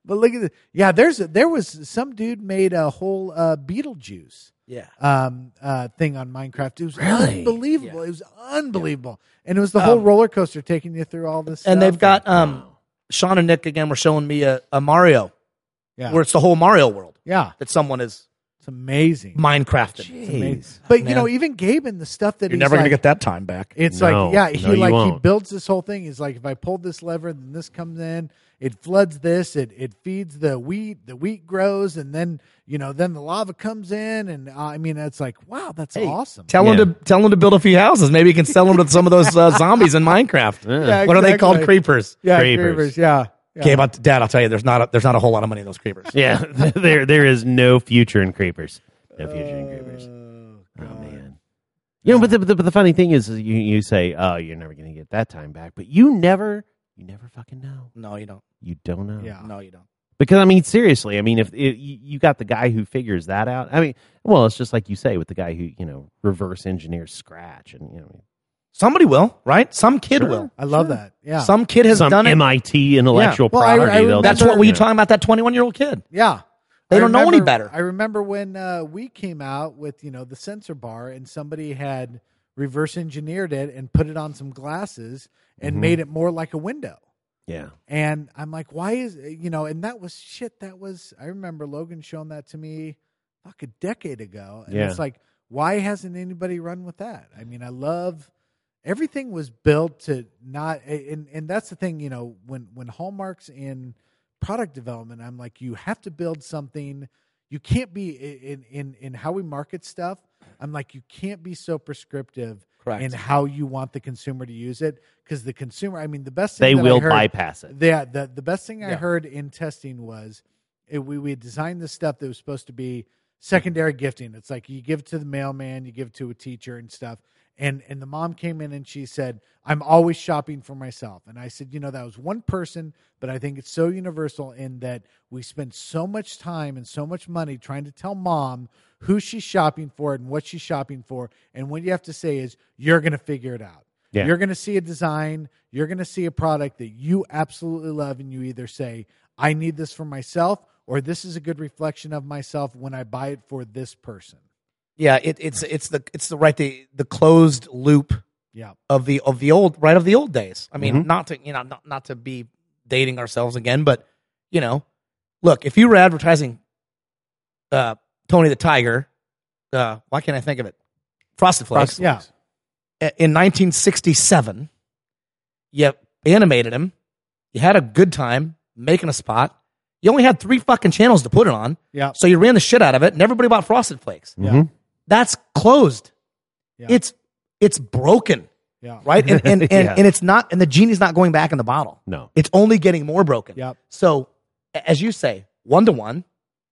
But look at this. Yeah, there's a, there was some dude made a whole uh, Beetlejuice.
Yeah.
um, uh, thing on Minecraft. It was unbelievable. It was unbelievable, and it was the whole roller coaster taking you through all this.
Um, And
stuff.
they've got um, Sean and Nick again were showing me a, a Mario,
yeah,
where it's the whole Mario world
yeah,
that someone is
it's amazing.
Minecrafted.
Jeez.
But you
Man.
know, even Gabe and the stuff that
You're
he's
never gonna
like-
get that time back.
It's
No,
like yeah,
no,
he
you
like he
won't.
builds this whole thing. He's like, if I pull this lever, then this comes in. It floods this. It it feeds the wheat. The wheat grows, and then you know, then the lava comes in. And uh, I mean, it's like wow, that's awesome.
Tell him to tell him to build a few houses. Maybe you can sell them to some of those uh, zombies in Minecraft.
Yeah,
What are they called?
exactly.
Creepers.
yeah,
Creepers.
creepers, yeah, yeah.
Okay, but Dad, I'll tell you, there's not a, there's not a whole lot of money in those creepers.
Yeah. there there is no future in creepers. No future in creepers.
Oh,
Oh
God.
man. You know, but the, but the, but the funny thing is, is you, you say, "Oh, you're never going to get that time back," but you never, you never fucking know.
No, you don't.
You don't know.
Yeah.
No, you don't.
Because I mean, seriously, I mean, if it, you you got the guy who figures that out, I mean, well, it's just like you say with the guy who you know reverse engineers Scratch, and you know,
Somebody will, right? Some kid
Sure.
will.
I love that. Yeah.
Some kid has
some
done it.
MIT intellectual
Well, I- I
property. they'll
remember-
just,
That's what were
you
you
know,
talking about? That 21 year old kid.
yeah.
They
I
don't know any
remember-
better.
I remember when uh, we came out with, you know, the sensor bar and somebody had reverse engineered it and put it on some glasses and
Mm-hmm.
Mhm.
made it more like a window.
Yeah,
And I'm like, why is you know, and that was shit. That was I remember Logan showing that to me fuck a decade ago. And
Yeah.
it's like, why hasn't anybody run with that? I mean, I love everything was built to not and and that's the thing, you know, when when hallmarks in product development, I'm like, you have to build something you can't be i- in in in how we market stuff. I'm like, you can't be so prescriptive
Correct.
in how you want the consumer to use it because the consumer. I mean, the best thing
they
that I
will
heard-
bypass it.
yeah, the the best thing I
Yeah.
heard in testing was it, we we had designed this stuff that was supposed to be secondary gifting. It's like you give it to the mailman, you give it to a teacher and stuff. And and the mom came in and she said, "I'm always shopping for myself." And I said, "You know, that was one person, but I think it's so universal in that we spend so much time and so much money trying to tell mom who she's shopping for and what she's shopping for. And what you have to say is, you're going to figure it out."
Yeah.
You're going to see a design, you're going to see a product that you absolutely love, and you either say, I need this for myself, or this is a good reflection of myself when I buy it for this person.
Yeah, it, it's it's the it's the right the the closed loop
Yeah.
of the of the old right of the old days. I mean,
Mm-hmm.
Mhm.
not to you know not not to be dating ourselves again, but you know, look, if you were advertising uh Tony the Tiger, uh why can't I think of it? Frosted Flakes.
Flakes. Yeah.
I- In 1967, you animated him. You had a good time making a spot. You only had three fucking channels to put it on,
Yeah.
so you ran the shit out of it, and everybody bought Frosted Flakes.
Mhm.
That's closed.
Yeah.
It's it's broken,
Yeah.
right? And and, and,
Yeah.
and it's not and the genie's not going back in the bottle.
No,
It's only getting more broken.
Yep.
So a- as you say, one to one,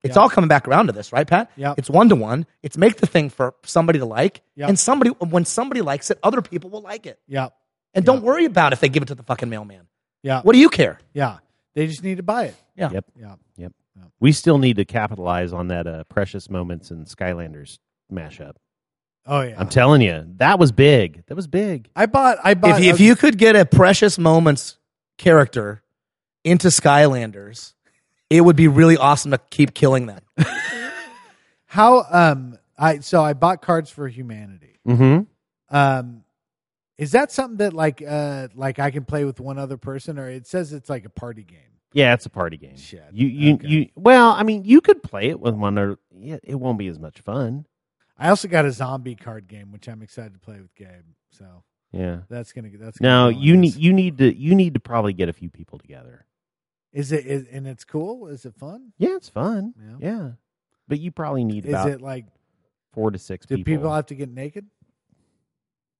It's
Yeah.
all coming back around to this, right, Pat?
Yep.
It's one to one. It's make the thing for somebody to like,
Yep.
and somebody when somebody likes it, other people will like it.
Yeah.
And
Yeah.
don't worry about if they give it to the fucking mailman.
Yeah.
What do you care?
Yeah. They just need to buy it.
Yeah.
Yep.
Yeah.
We still need to capitalize on that uh, Precious Moments and Skylanders mashup.
Oh yeah.
I'm telling you, that was big. That was big.
I bought I bought
if, if you could get a precious moments character into Skylanders, it would be really awesome to keep killing them.
how um I so I bought cards for humanity.
Mm-hmm.
Um is that something that like uh like I can play with one other person or it says it's like a party game?
Yeah, it's a party game.
Shit.
You, you,
Okay.
you. Well, I mean, you could play it with one or yeah, it won't be as much fun.
I also got a zombie card game which I'm excited to play with Gabe. So
Yeah.
that's going to that's
No,
gonna go on
you
this.
need you need to you need to probably get a few people together.
Is it is, and it's cool? Is it fun?
Yeah, it's fun.
Yeah.
Yeah, but you probably need
Is
about
it like
four to six
do
people.
people have to get naked?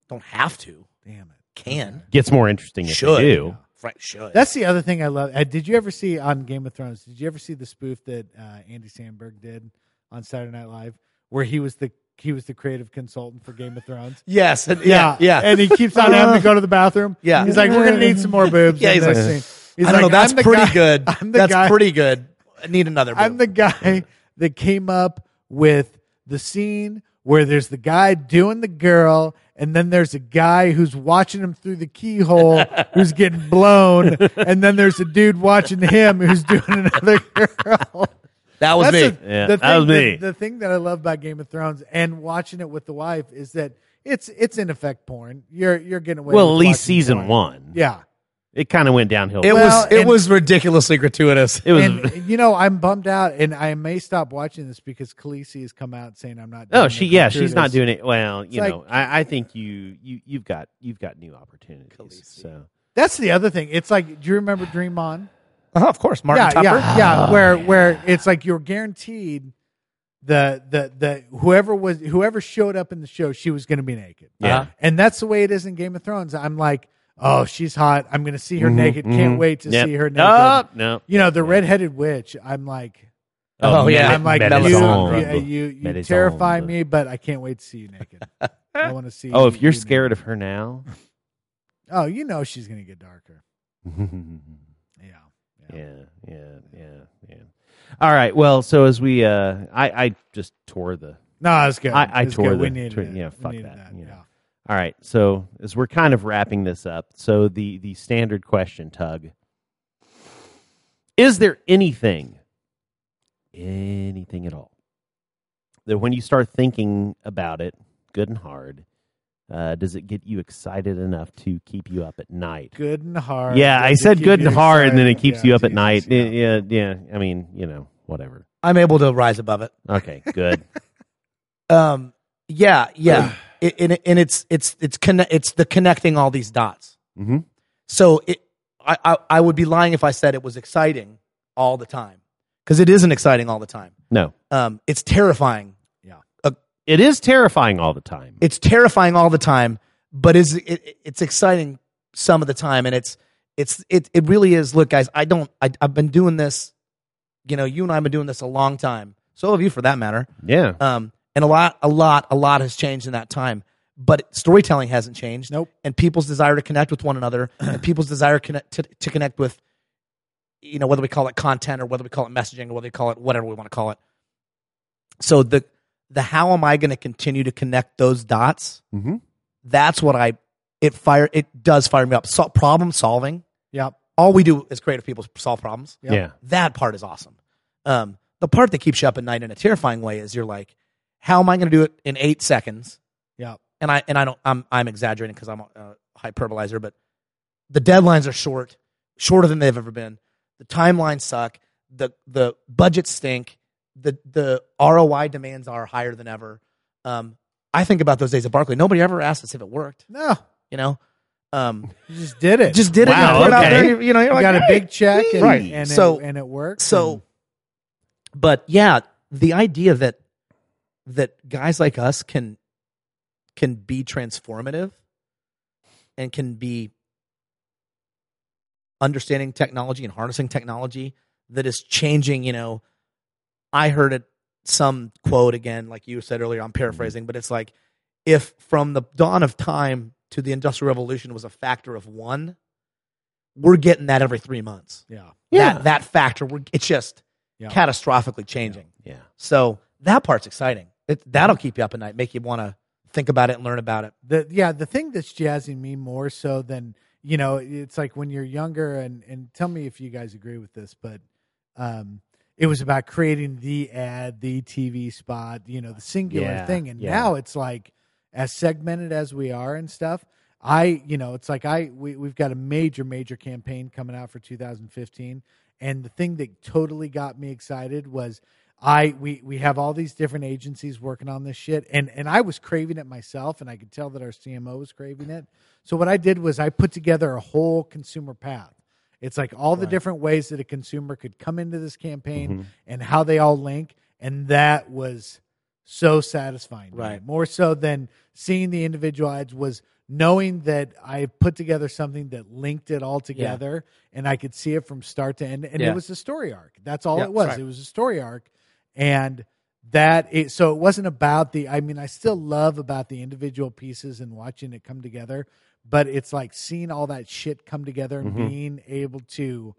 Don't have to.
Damn it.
Can.
Gets more interesting if
Should.
they do.
Frank should.
That's the other thing I love. Uh, did you ever see on Game of Thrones? Did you ever see the spoof that uh, Andy Sandberg did on Saturday Night Live, where he was the he was the creative consultant for Game of Thrones?
yes. and- yeah. Yeah.
And he keeps on having to go to the bathroom.
Yeah.
He's like, we're gonna need some more boobs.
Yeah,
in
he's
this
like,
scene." He's
I don't
like,
know. That's
"I'm the
pretty
guy-
good.
I'm the
that's
guy.
pretty good. I need another.
I'm
boob.
the guy that came up with the scene where there's the guy doing the girl, and then there's a guy who's watching him through the keyhole who's getting blown, and then there's a dude watching him who's doing another girl.
that was me.
That's the-
Yeah,
the
that
thing-
was me.
The, the thing that I love about Game of Thrones and watching it with the wife is that it's it's in effect porn. You're you're getting away.
Well,
with
at least
watching
season
porn.
one,
Yeah,
it kind of went downhill.
it
well,
was. It
and-
was ridiculously gratuitous.
It was.
and you know I'm bummed out, and I may stop watching this because Khaleesi has come out saying I'm not. Doing
oh, she.
the
Yeah, she's not
Crusaders.
doing it. Well, you
It's
know, I, I think you you you've got you've got new opportunities.
Khaleesi.
So
That's the other thing. It's like, do you remember Dream On?
Uh-huh, of course, Martin
yeah,
Tupper.
yeah, yeah. Where where it's like you're guaranteed the the the whoever was whoever showed up in the show, she was going to be naked.
yeah,
Uh-huh.
And that's the way it is in Game of Thrones. I'm like, oh, she's hot. I'm going to see her
Mhm,
naked.
mhm.
Can't wait to
Yep.
see her naked.
Oh, no.
you know, the
Yeah.
redheaded witch. I'm like,
Oh, yeah.
I'm like, you,
Melisandre.
you, you, you
Melisandre.
terrify me, but I can't wait to see you naked. I want to see.
Oh, if
you
you're
naked.
scared of her now,
oh, you know she's going to get darker. Yeah.
yeah, yeah, yeah, yeah. All right. Well, so as we, uh, I, I just tore the.
No, it's good.
I- I
It's
tore
good. we
the-
needed
tore-
it.
yeah,
We
fuck
needed
that,
that.
you
Yeah.
know. All right. So as we're kind of wrapping this up, so the the standard question, Tug, is there anything, anything at all, that when you start thinking about it, good and hard, uh, does it get you excited enough to keep you up at night?
Good and hard.
Yeah, I
Does it
said
keep
good and
you
hard, and then it
excited?
keeps
Yeah,
you up at
Jesus,
night.
yeah.
Yeah. yeah, yeah. I mean, you know, whatever.
I'm able to rise above it.
Okay, good.
Um, yeah, yeah. it, and, it- and it's it's it's conne- it's the connecting all these dots.
Mhm.
So it, I, I I would be lying if I said it was exciting all the time because it isn't exciting all the time.
No,
Um, it's terrifying.
it is terrifying all the time.
It's terrifying all the time, but is it, it, it's exciting some of the time, and it's it's it it really is. Look, guys, I don't. I, I've been doing this. You know, you and I have been doing this a long time. So have you, for that matter.
yeah,
Um, and a lot, a lot, a lot has changed in that time. But storytelling hasn't changed.
Nope.
And people's desire to connect with one another, and people's desire connect, to, to connect with, you know, whether we call it content or whether we call it messaging or whether we call it whatever we want to call it. So the the how am I going to continue to connect those dots?
Mhm.
That's what I it fire it does fire me up. So, problem solving.
Yep.
All we do as creative people is solve problems
Yep.
yeah.
that part is awesome. Um, the part that keeps you up at night in a terrifying way is you're like, how am I going to do it in eight seconds?
Yep.
And I and I don't I'm I'm exaggerating because I'm a, a hyperbolizer, but the deadlines are short, shorter than they've ever been. The timelines suck. The the budgets stink. The the ROI demands are higher than ever. Um, I think about those days at Barclay. Nobody ever asked us if it worked.
No,
You know, um,
you just did it.
just did
Wow,
it. You put it
okay.
out there. You know, you're
You
like,
got a
"Hey."
big check, and,
Right.
And
So-
it, and it worked.
So, but yeah, the idea that that guys like us can can be transformative and can be understanding technology and harnessing technology that is changing, you know, I heard it some quote again, like you said earlier. I'm paraphrasing, but it's like if from the dawn of time to the Industrial Revolution was a factor of one, we're getting that every three months.
Yeah.
That that factor, we're, it's just
Yeah.
catastrophically changing.
yeah.
So that part's exciting. It, that'll keep you up at night, make you want to think about it and learn about it.
the yeah the thing that's jazzing me more so than you know it's like when you're younger and and tell me if you guys agree with this but um it was about creating the ad the tv spot you know the singular
Yeah,
thing and
yeah.
now it's like as segmented as we are and stuff i you know it's like i we, we've got a major major campaign coming out for 2015 and the thing that totally got me excited was I we we have all these different agencies working on this shit and and I was craving it myself and I could tell that our CMO was craving it. So what I did was I put together a whole consumer path. It's like all the
Right.
different ways that a consumer could come into this campaign
Mhm.
and how they all link and that was so satisfying. to me.
Right.
More so than seeing the individual ads was knowing that I put together something that linked it all together and I could see it from start to end and
Yeah.
it was a story arc. That's all
Yeah,
it was.
right.
It was a story arc and that it, so it wasn't about the i mean i still love about the individual pieces and watching it come together but it's like seeing all that shit come together and
Mhm.
being able to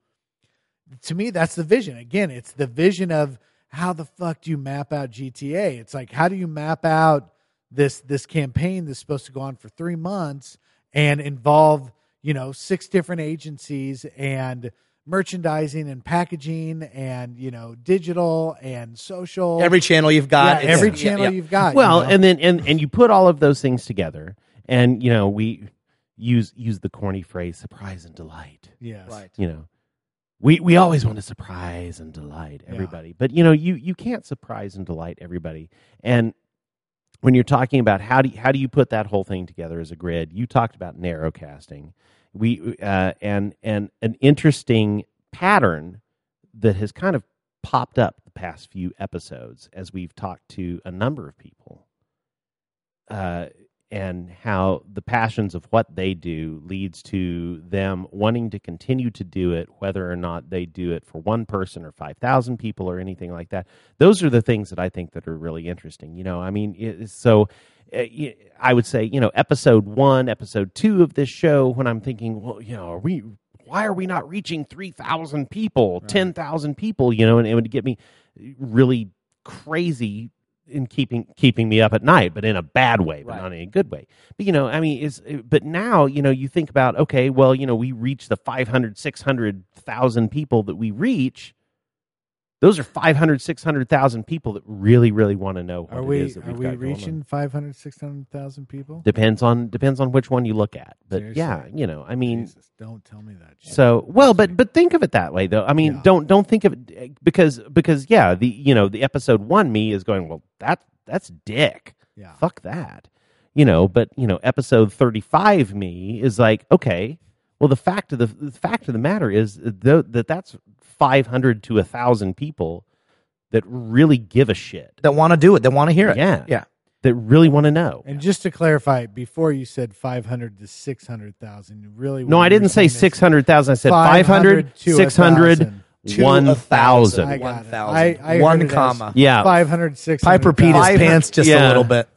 to me that's the vision again it's the vision of how the fuck do you map out gta it's like how do you map out this this campaign that's supposed to go on for three months and involve you know six different agencies and merchandising and packaging and you know digital and social
Every channel you've
Yeah,
got, it's-
every
yeah,
channel
yeah.
you've got Uh, you
Well,
know?
and then and and you put all of those things together, and you know we use use the corny phrase "surprise and delight."
yes
right.
You know, we we always want to surprise and delight
Yeah.
everybody, but you know you you can't surprise and delight everybody. And when you're talking about how do you, how do you put that whole thing together as a grid, you talked about narrow casting. We uh, and and an interesting pattern that has kind of popped up the past few episodes as we've talked to a number of people uh, and how the passions of what they do leads to them wanting to continue to do it whether or not they do it for one person or 5000 people or anything like that those are the things that i think that are really interesting you know i mean it, so uh, y- I would say, you know, episode one, episode two of this show, when I'm thinking, well, you know, are we, why are we not reaching 3,000 people, 10,000 people, you know, and it would get me really crazy in keeping keeping me up at night but in a bad way but
Right.
not in a good way but you know i mean is but now you know you think about okay well you know we reach the 500 600,000 people that we reach those are 500 600,000 people that really really want to know what
are
it
we
is that
are
we've
we
got going on
reaching 500 600,000 people
depends on depends on which one you look at but
Seriously?
yeah you know i mean
Jesus, don't tell me that shit.
so well but but think of it that way though i mean
Yeah.
don't don't think of it eh, because because yeah the you know the episode one me is going well that that's dick
yeah
fuck that you know but you know episode 35 me is like okay well the fact of the, the fact of the matter is eh, tho- that that's 500 to 1000 people that really give a shit
That want to do it. They want to hear it.
Yeah.
Yeah.
that really want to know
And just to clarify, before you said five hundred to six hundred thousand, you really
No,
what
I
you were
didn't say
saying is
600,000. I said 500,
500 to
600,
1,000.
To a
1,000.
I got
One
it.
thousand.
I- I heard
One
it as-
comma.
Yeah.
500, 600,000.
Piper peed his pants just
Yeah.
a little bit.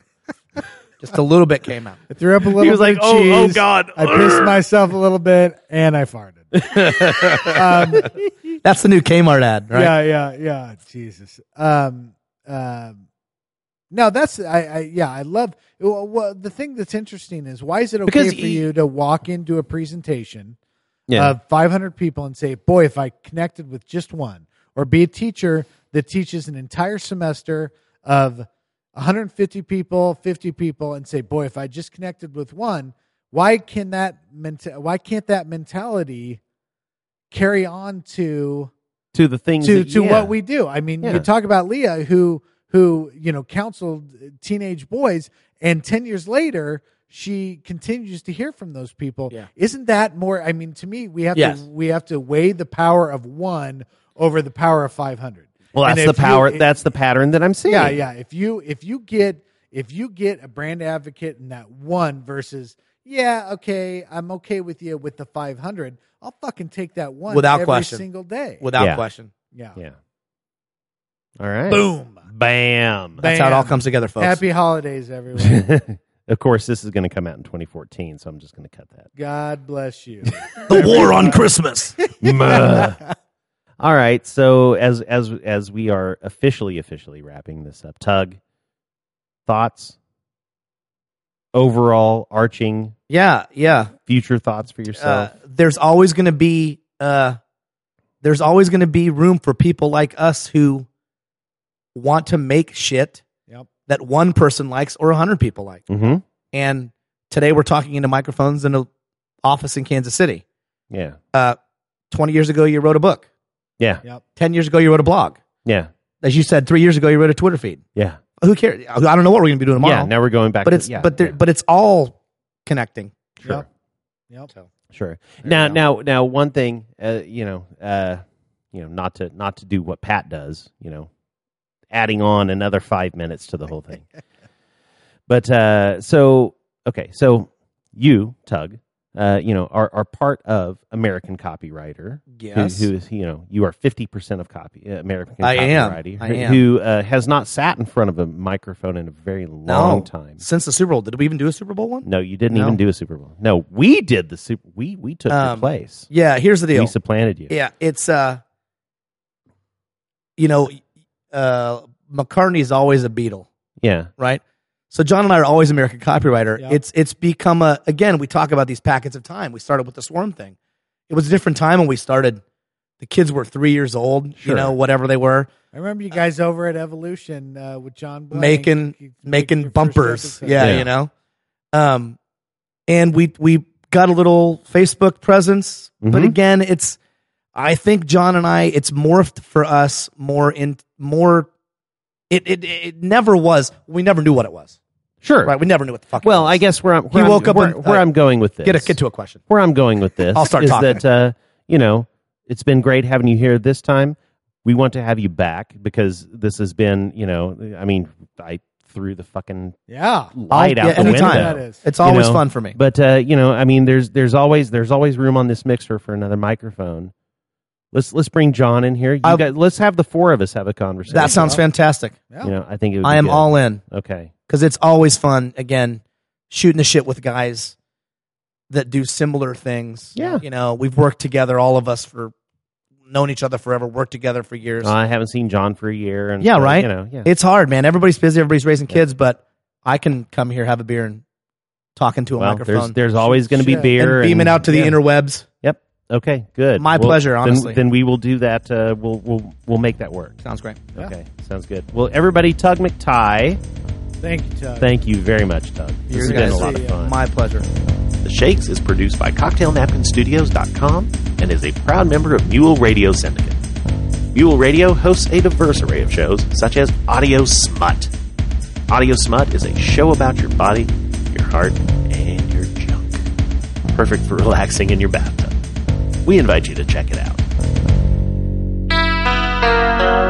just a little bit came out.
I threw up a little.
He was
bit
like,
of
"Oh, oh,
cheese,
God."
I pissed myself a little bit and I farted. um,
That's the new Kmart ad, right?
Yeah, yeah, yeah. Jesus. Um, um, no, that's I, I. Yeah, I love. Well, well, the thing that's interesting is why is it okay
Because
for
e-
you to walk into a presentation?
Yeah.
of 500 people and say, boy, if I connected with just one, or be a teacher that teaches an entire semester of 150 people, 50 people, and say, boy, if I just connected with one, why can that menta- why can't that mentality carry on to
to the things
to
that-
to
yeah.
what we do. I mean,
Yeah.
you talk about Leah, who who you know counseled teenage boys, and ten years later she continues to hear from those people.
Yeah.
Isn't that more? I mean, to me, we have
Yes.
to we have to weigh the power of one over the power of five hundred.
Well, that's the power. that's the pattern that I'm seeing.
yeah, yeah. If you if you get if you get a brand advocate in that one versus yeah, okay, I'm okay with you with the five hundred. I'll fucking take that one
Without
every
question.
single day.
Without
Yeah.
question.
yeah.
Yeah. All right.
Boom.
Bam.
That's how it all
Bam.
comes together, folks.
Happy holidays, everyone.
of course, this is going to come out in 2014, so I'm just going to cut that.
God bless you.
the war on Christmas.
Muh. All right. So as as as we are officially officially wrapping this up, Tug, thoughts, overall arching
yeah, yeah.
future thoughts for
Uh,
yourself.
there's always going to be uh, there's always going to be room for people like us who want to make shit
Yep.
that one person likes or a hundred people like.
hmm
And today we're talking into microphones in an office in Kansas City. Uh,
Yeah.
Twenty years ago, you wrote a book.
Yeah.
Yep.
Ten years ago, you wrote a blog.
Yeah.
As you said, three years ago, you wrote a Twitter feed.
Yeah.
Who cares? I don't know what we're going to be doing tomorrow.
Yeah. Now we're going back.
but
to-
it's
yeah,
but there,
yeah,
but it's all connecting.
sure.
Yep. Yep.
Sure.
There
now,
you
now, now, one thing, uh, you know, uh, you know, not to not to do what Pat does, you know, adding on another five minutes to the whole thing. but uh, so, okay, so you, Tug, uh, you know, are are part of American Copywriter, who, who is you know you are fifty percent of copy uh, American
I am.
Copywriter,
I
who-
am.
who uh, has not sat in front of a microphone in a very long time.
since the Super Bowl. Did we even do a Super Bowl one?
No, you didn't
No.
even do a Super Bowl. No, we did the super. We we took your
Um,
place.
Yeah, here's the deal.
We supplanted you.
Yeah, it's uh you know, uh McCartney's always a Beatle,
Yeah.
right? So John and I are always American copywriter.
Yeah.
It's it's become a again, we talk about these packets of time. We started with the swarm thing. It was a different time when we started. The kids were three years old,
Sure.
you know, whatever they were.
I remember you guys over at Evolution uh, with John Blank,
Making-
You-
making
your first
bumpers.
episode.
Yeah,
Yeah.
you know. Um, and we we got a little Facebook presence, but
Mhm.
again, it's I think John and I it's morphed for us more in more. It it it never was. We never knew what it was.
Sure.
Right. We never knew what the fuck.
Well,
it
I
was.
guess where I'm where
He
I'm-
woke up
where,
and-
where
uh,
I'm going with this.
get a get to a question.
where I'm going with this.
I'll start
is
talking.
that uh, you know it's been great having you here this time. We want to have you back because this has been you know I mean I threw the fucking
Yeah.
light
I'll-
out
yeah,
the
anytime.
window.
That is.
It's
You
always
know,
fun for me.
But uh, you know, I mean, there's there's always there's always room on this mixer for another microphone. Let's let's bring John in here. You
I'll-
guys, let's have the four of us have a conversation.
That sounds fantastic.
Yeah.
You know, I think it would
I
be
am
good.
all in
okay.
because it's always fun. Again, shooting the shit with guys that do similar things.
Yeah.
You know, we've worked together, all of us for known each other forever, worked together for years.
I haven't seen John for a year, and
Yeah,
so,
right.
You know, Uh, yeah,
It's hard, man. Everybody's busy. Everybody's raising kids, but I can come here, have a beer, and talk into a
well, there's
microphone.
there's always going to be
Shit.
beer
and beaming out to the
yeah.
interwebs.
Yep. Okay. Good.
My
Well,
pleasure,
then-
honestly.
Then, we will do that. Uh, we'll we'll we'll make that work.
Sounds great.
Yeah.
Okay. Sounds good. Well, everybody, Tug McTie,
Thank you, Tug.
thank you very much, Tug. This
You're E
has been
gonna
a lot
see,
of
uh,
fun.
My pleasure.
The Shakes is produced by CocktailNapkinStudios.com and is a proud member of Mule Radio Syndicate. Mule Radio hosts a diverse array of shows, such as Audio Smut. Audio Smut is a show about your body, your heart, and your junk. Perfect for relaxing in your bathtub. We invite you to check it out.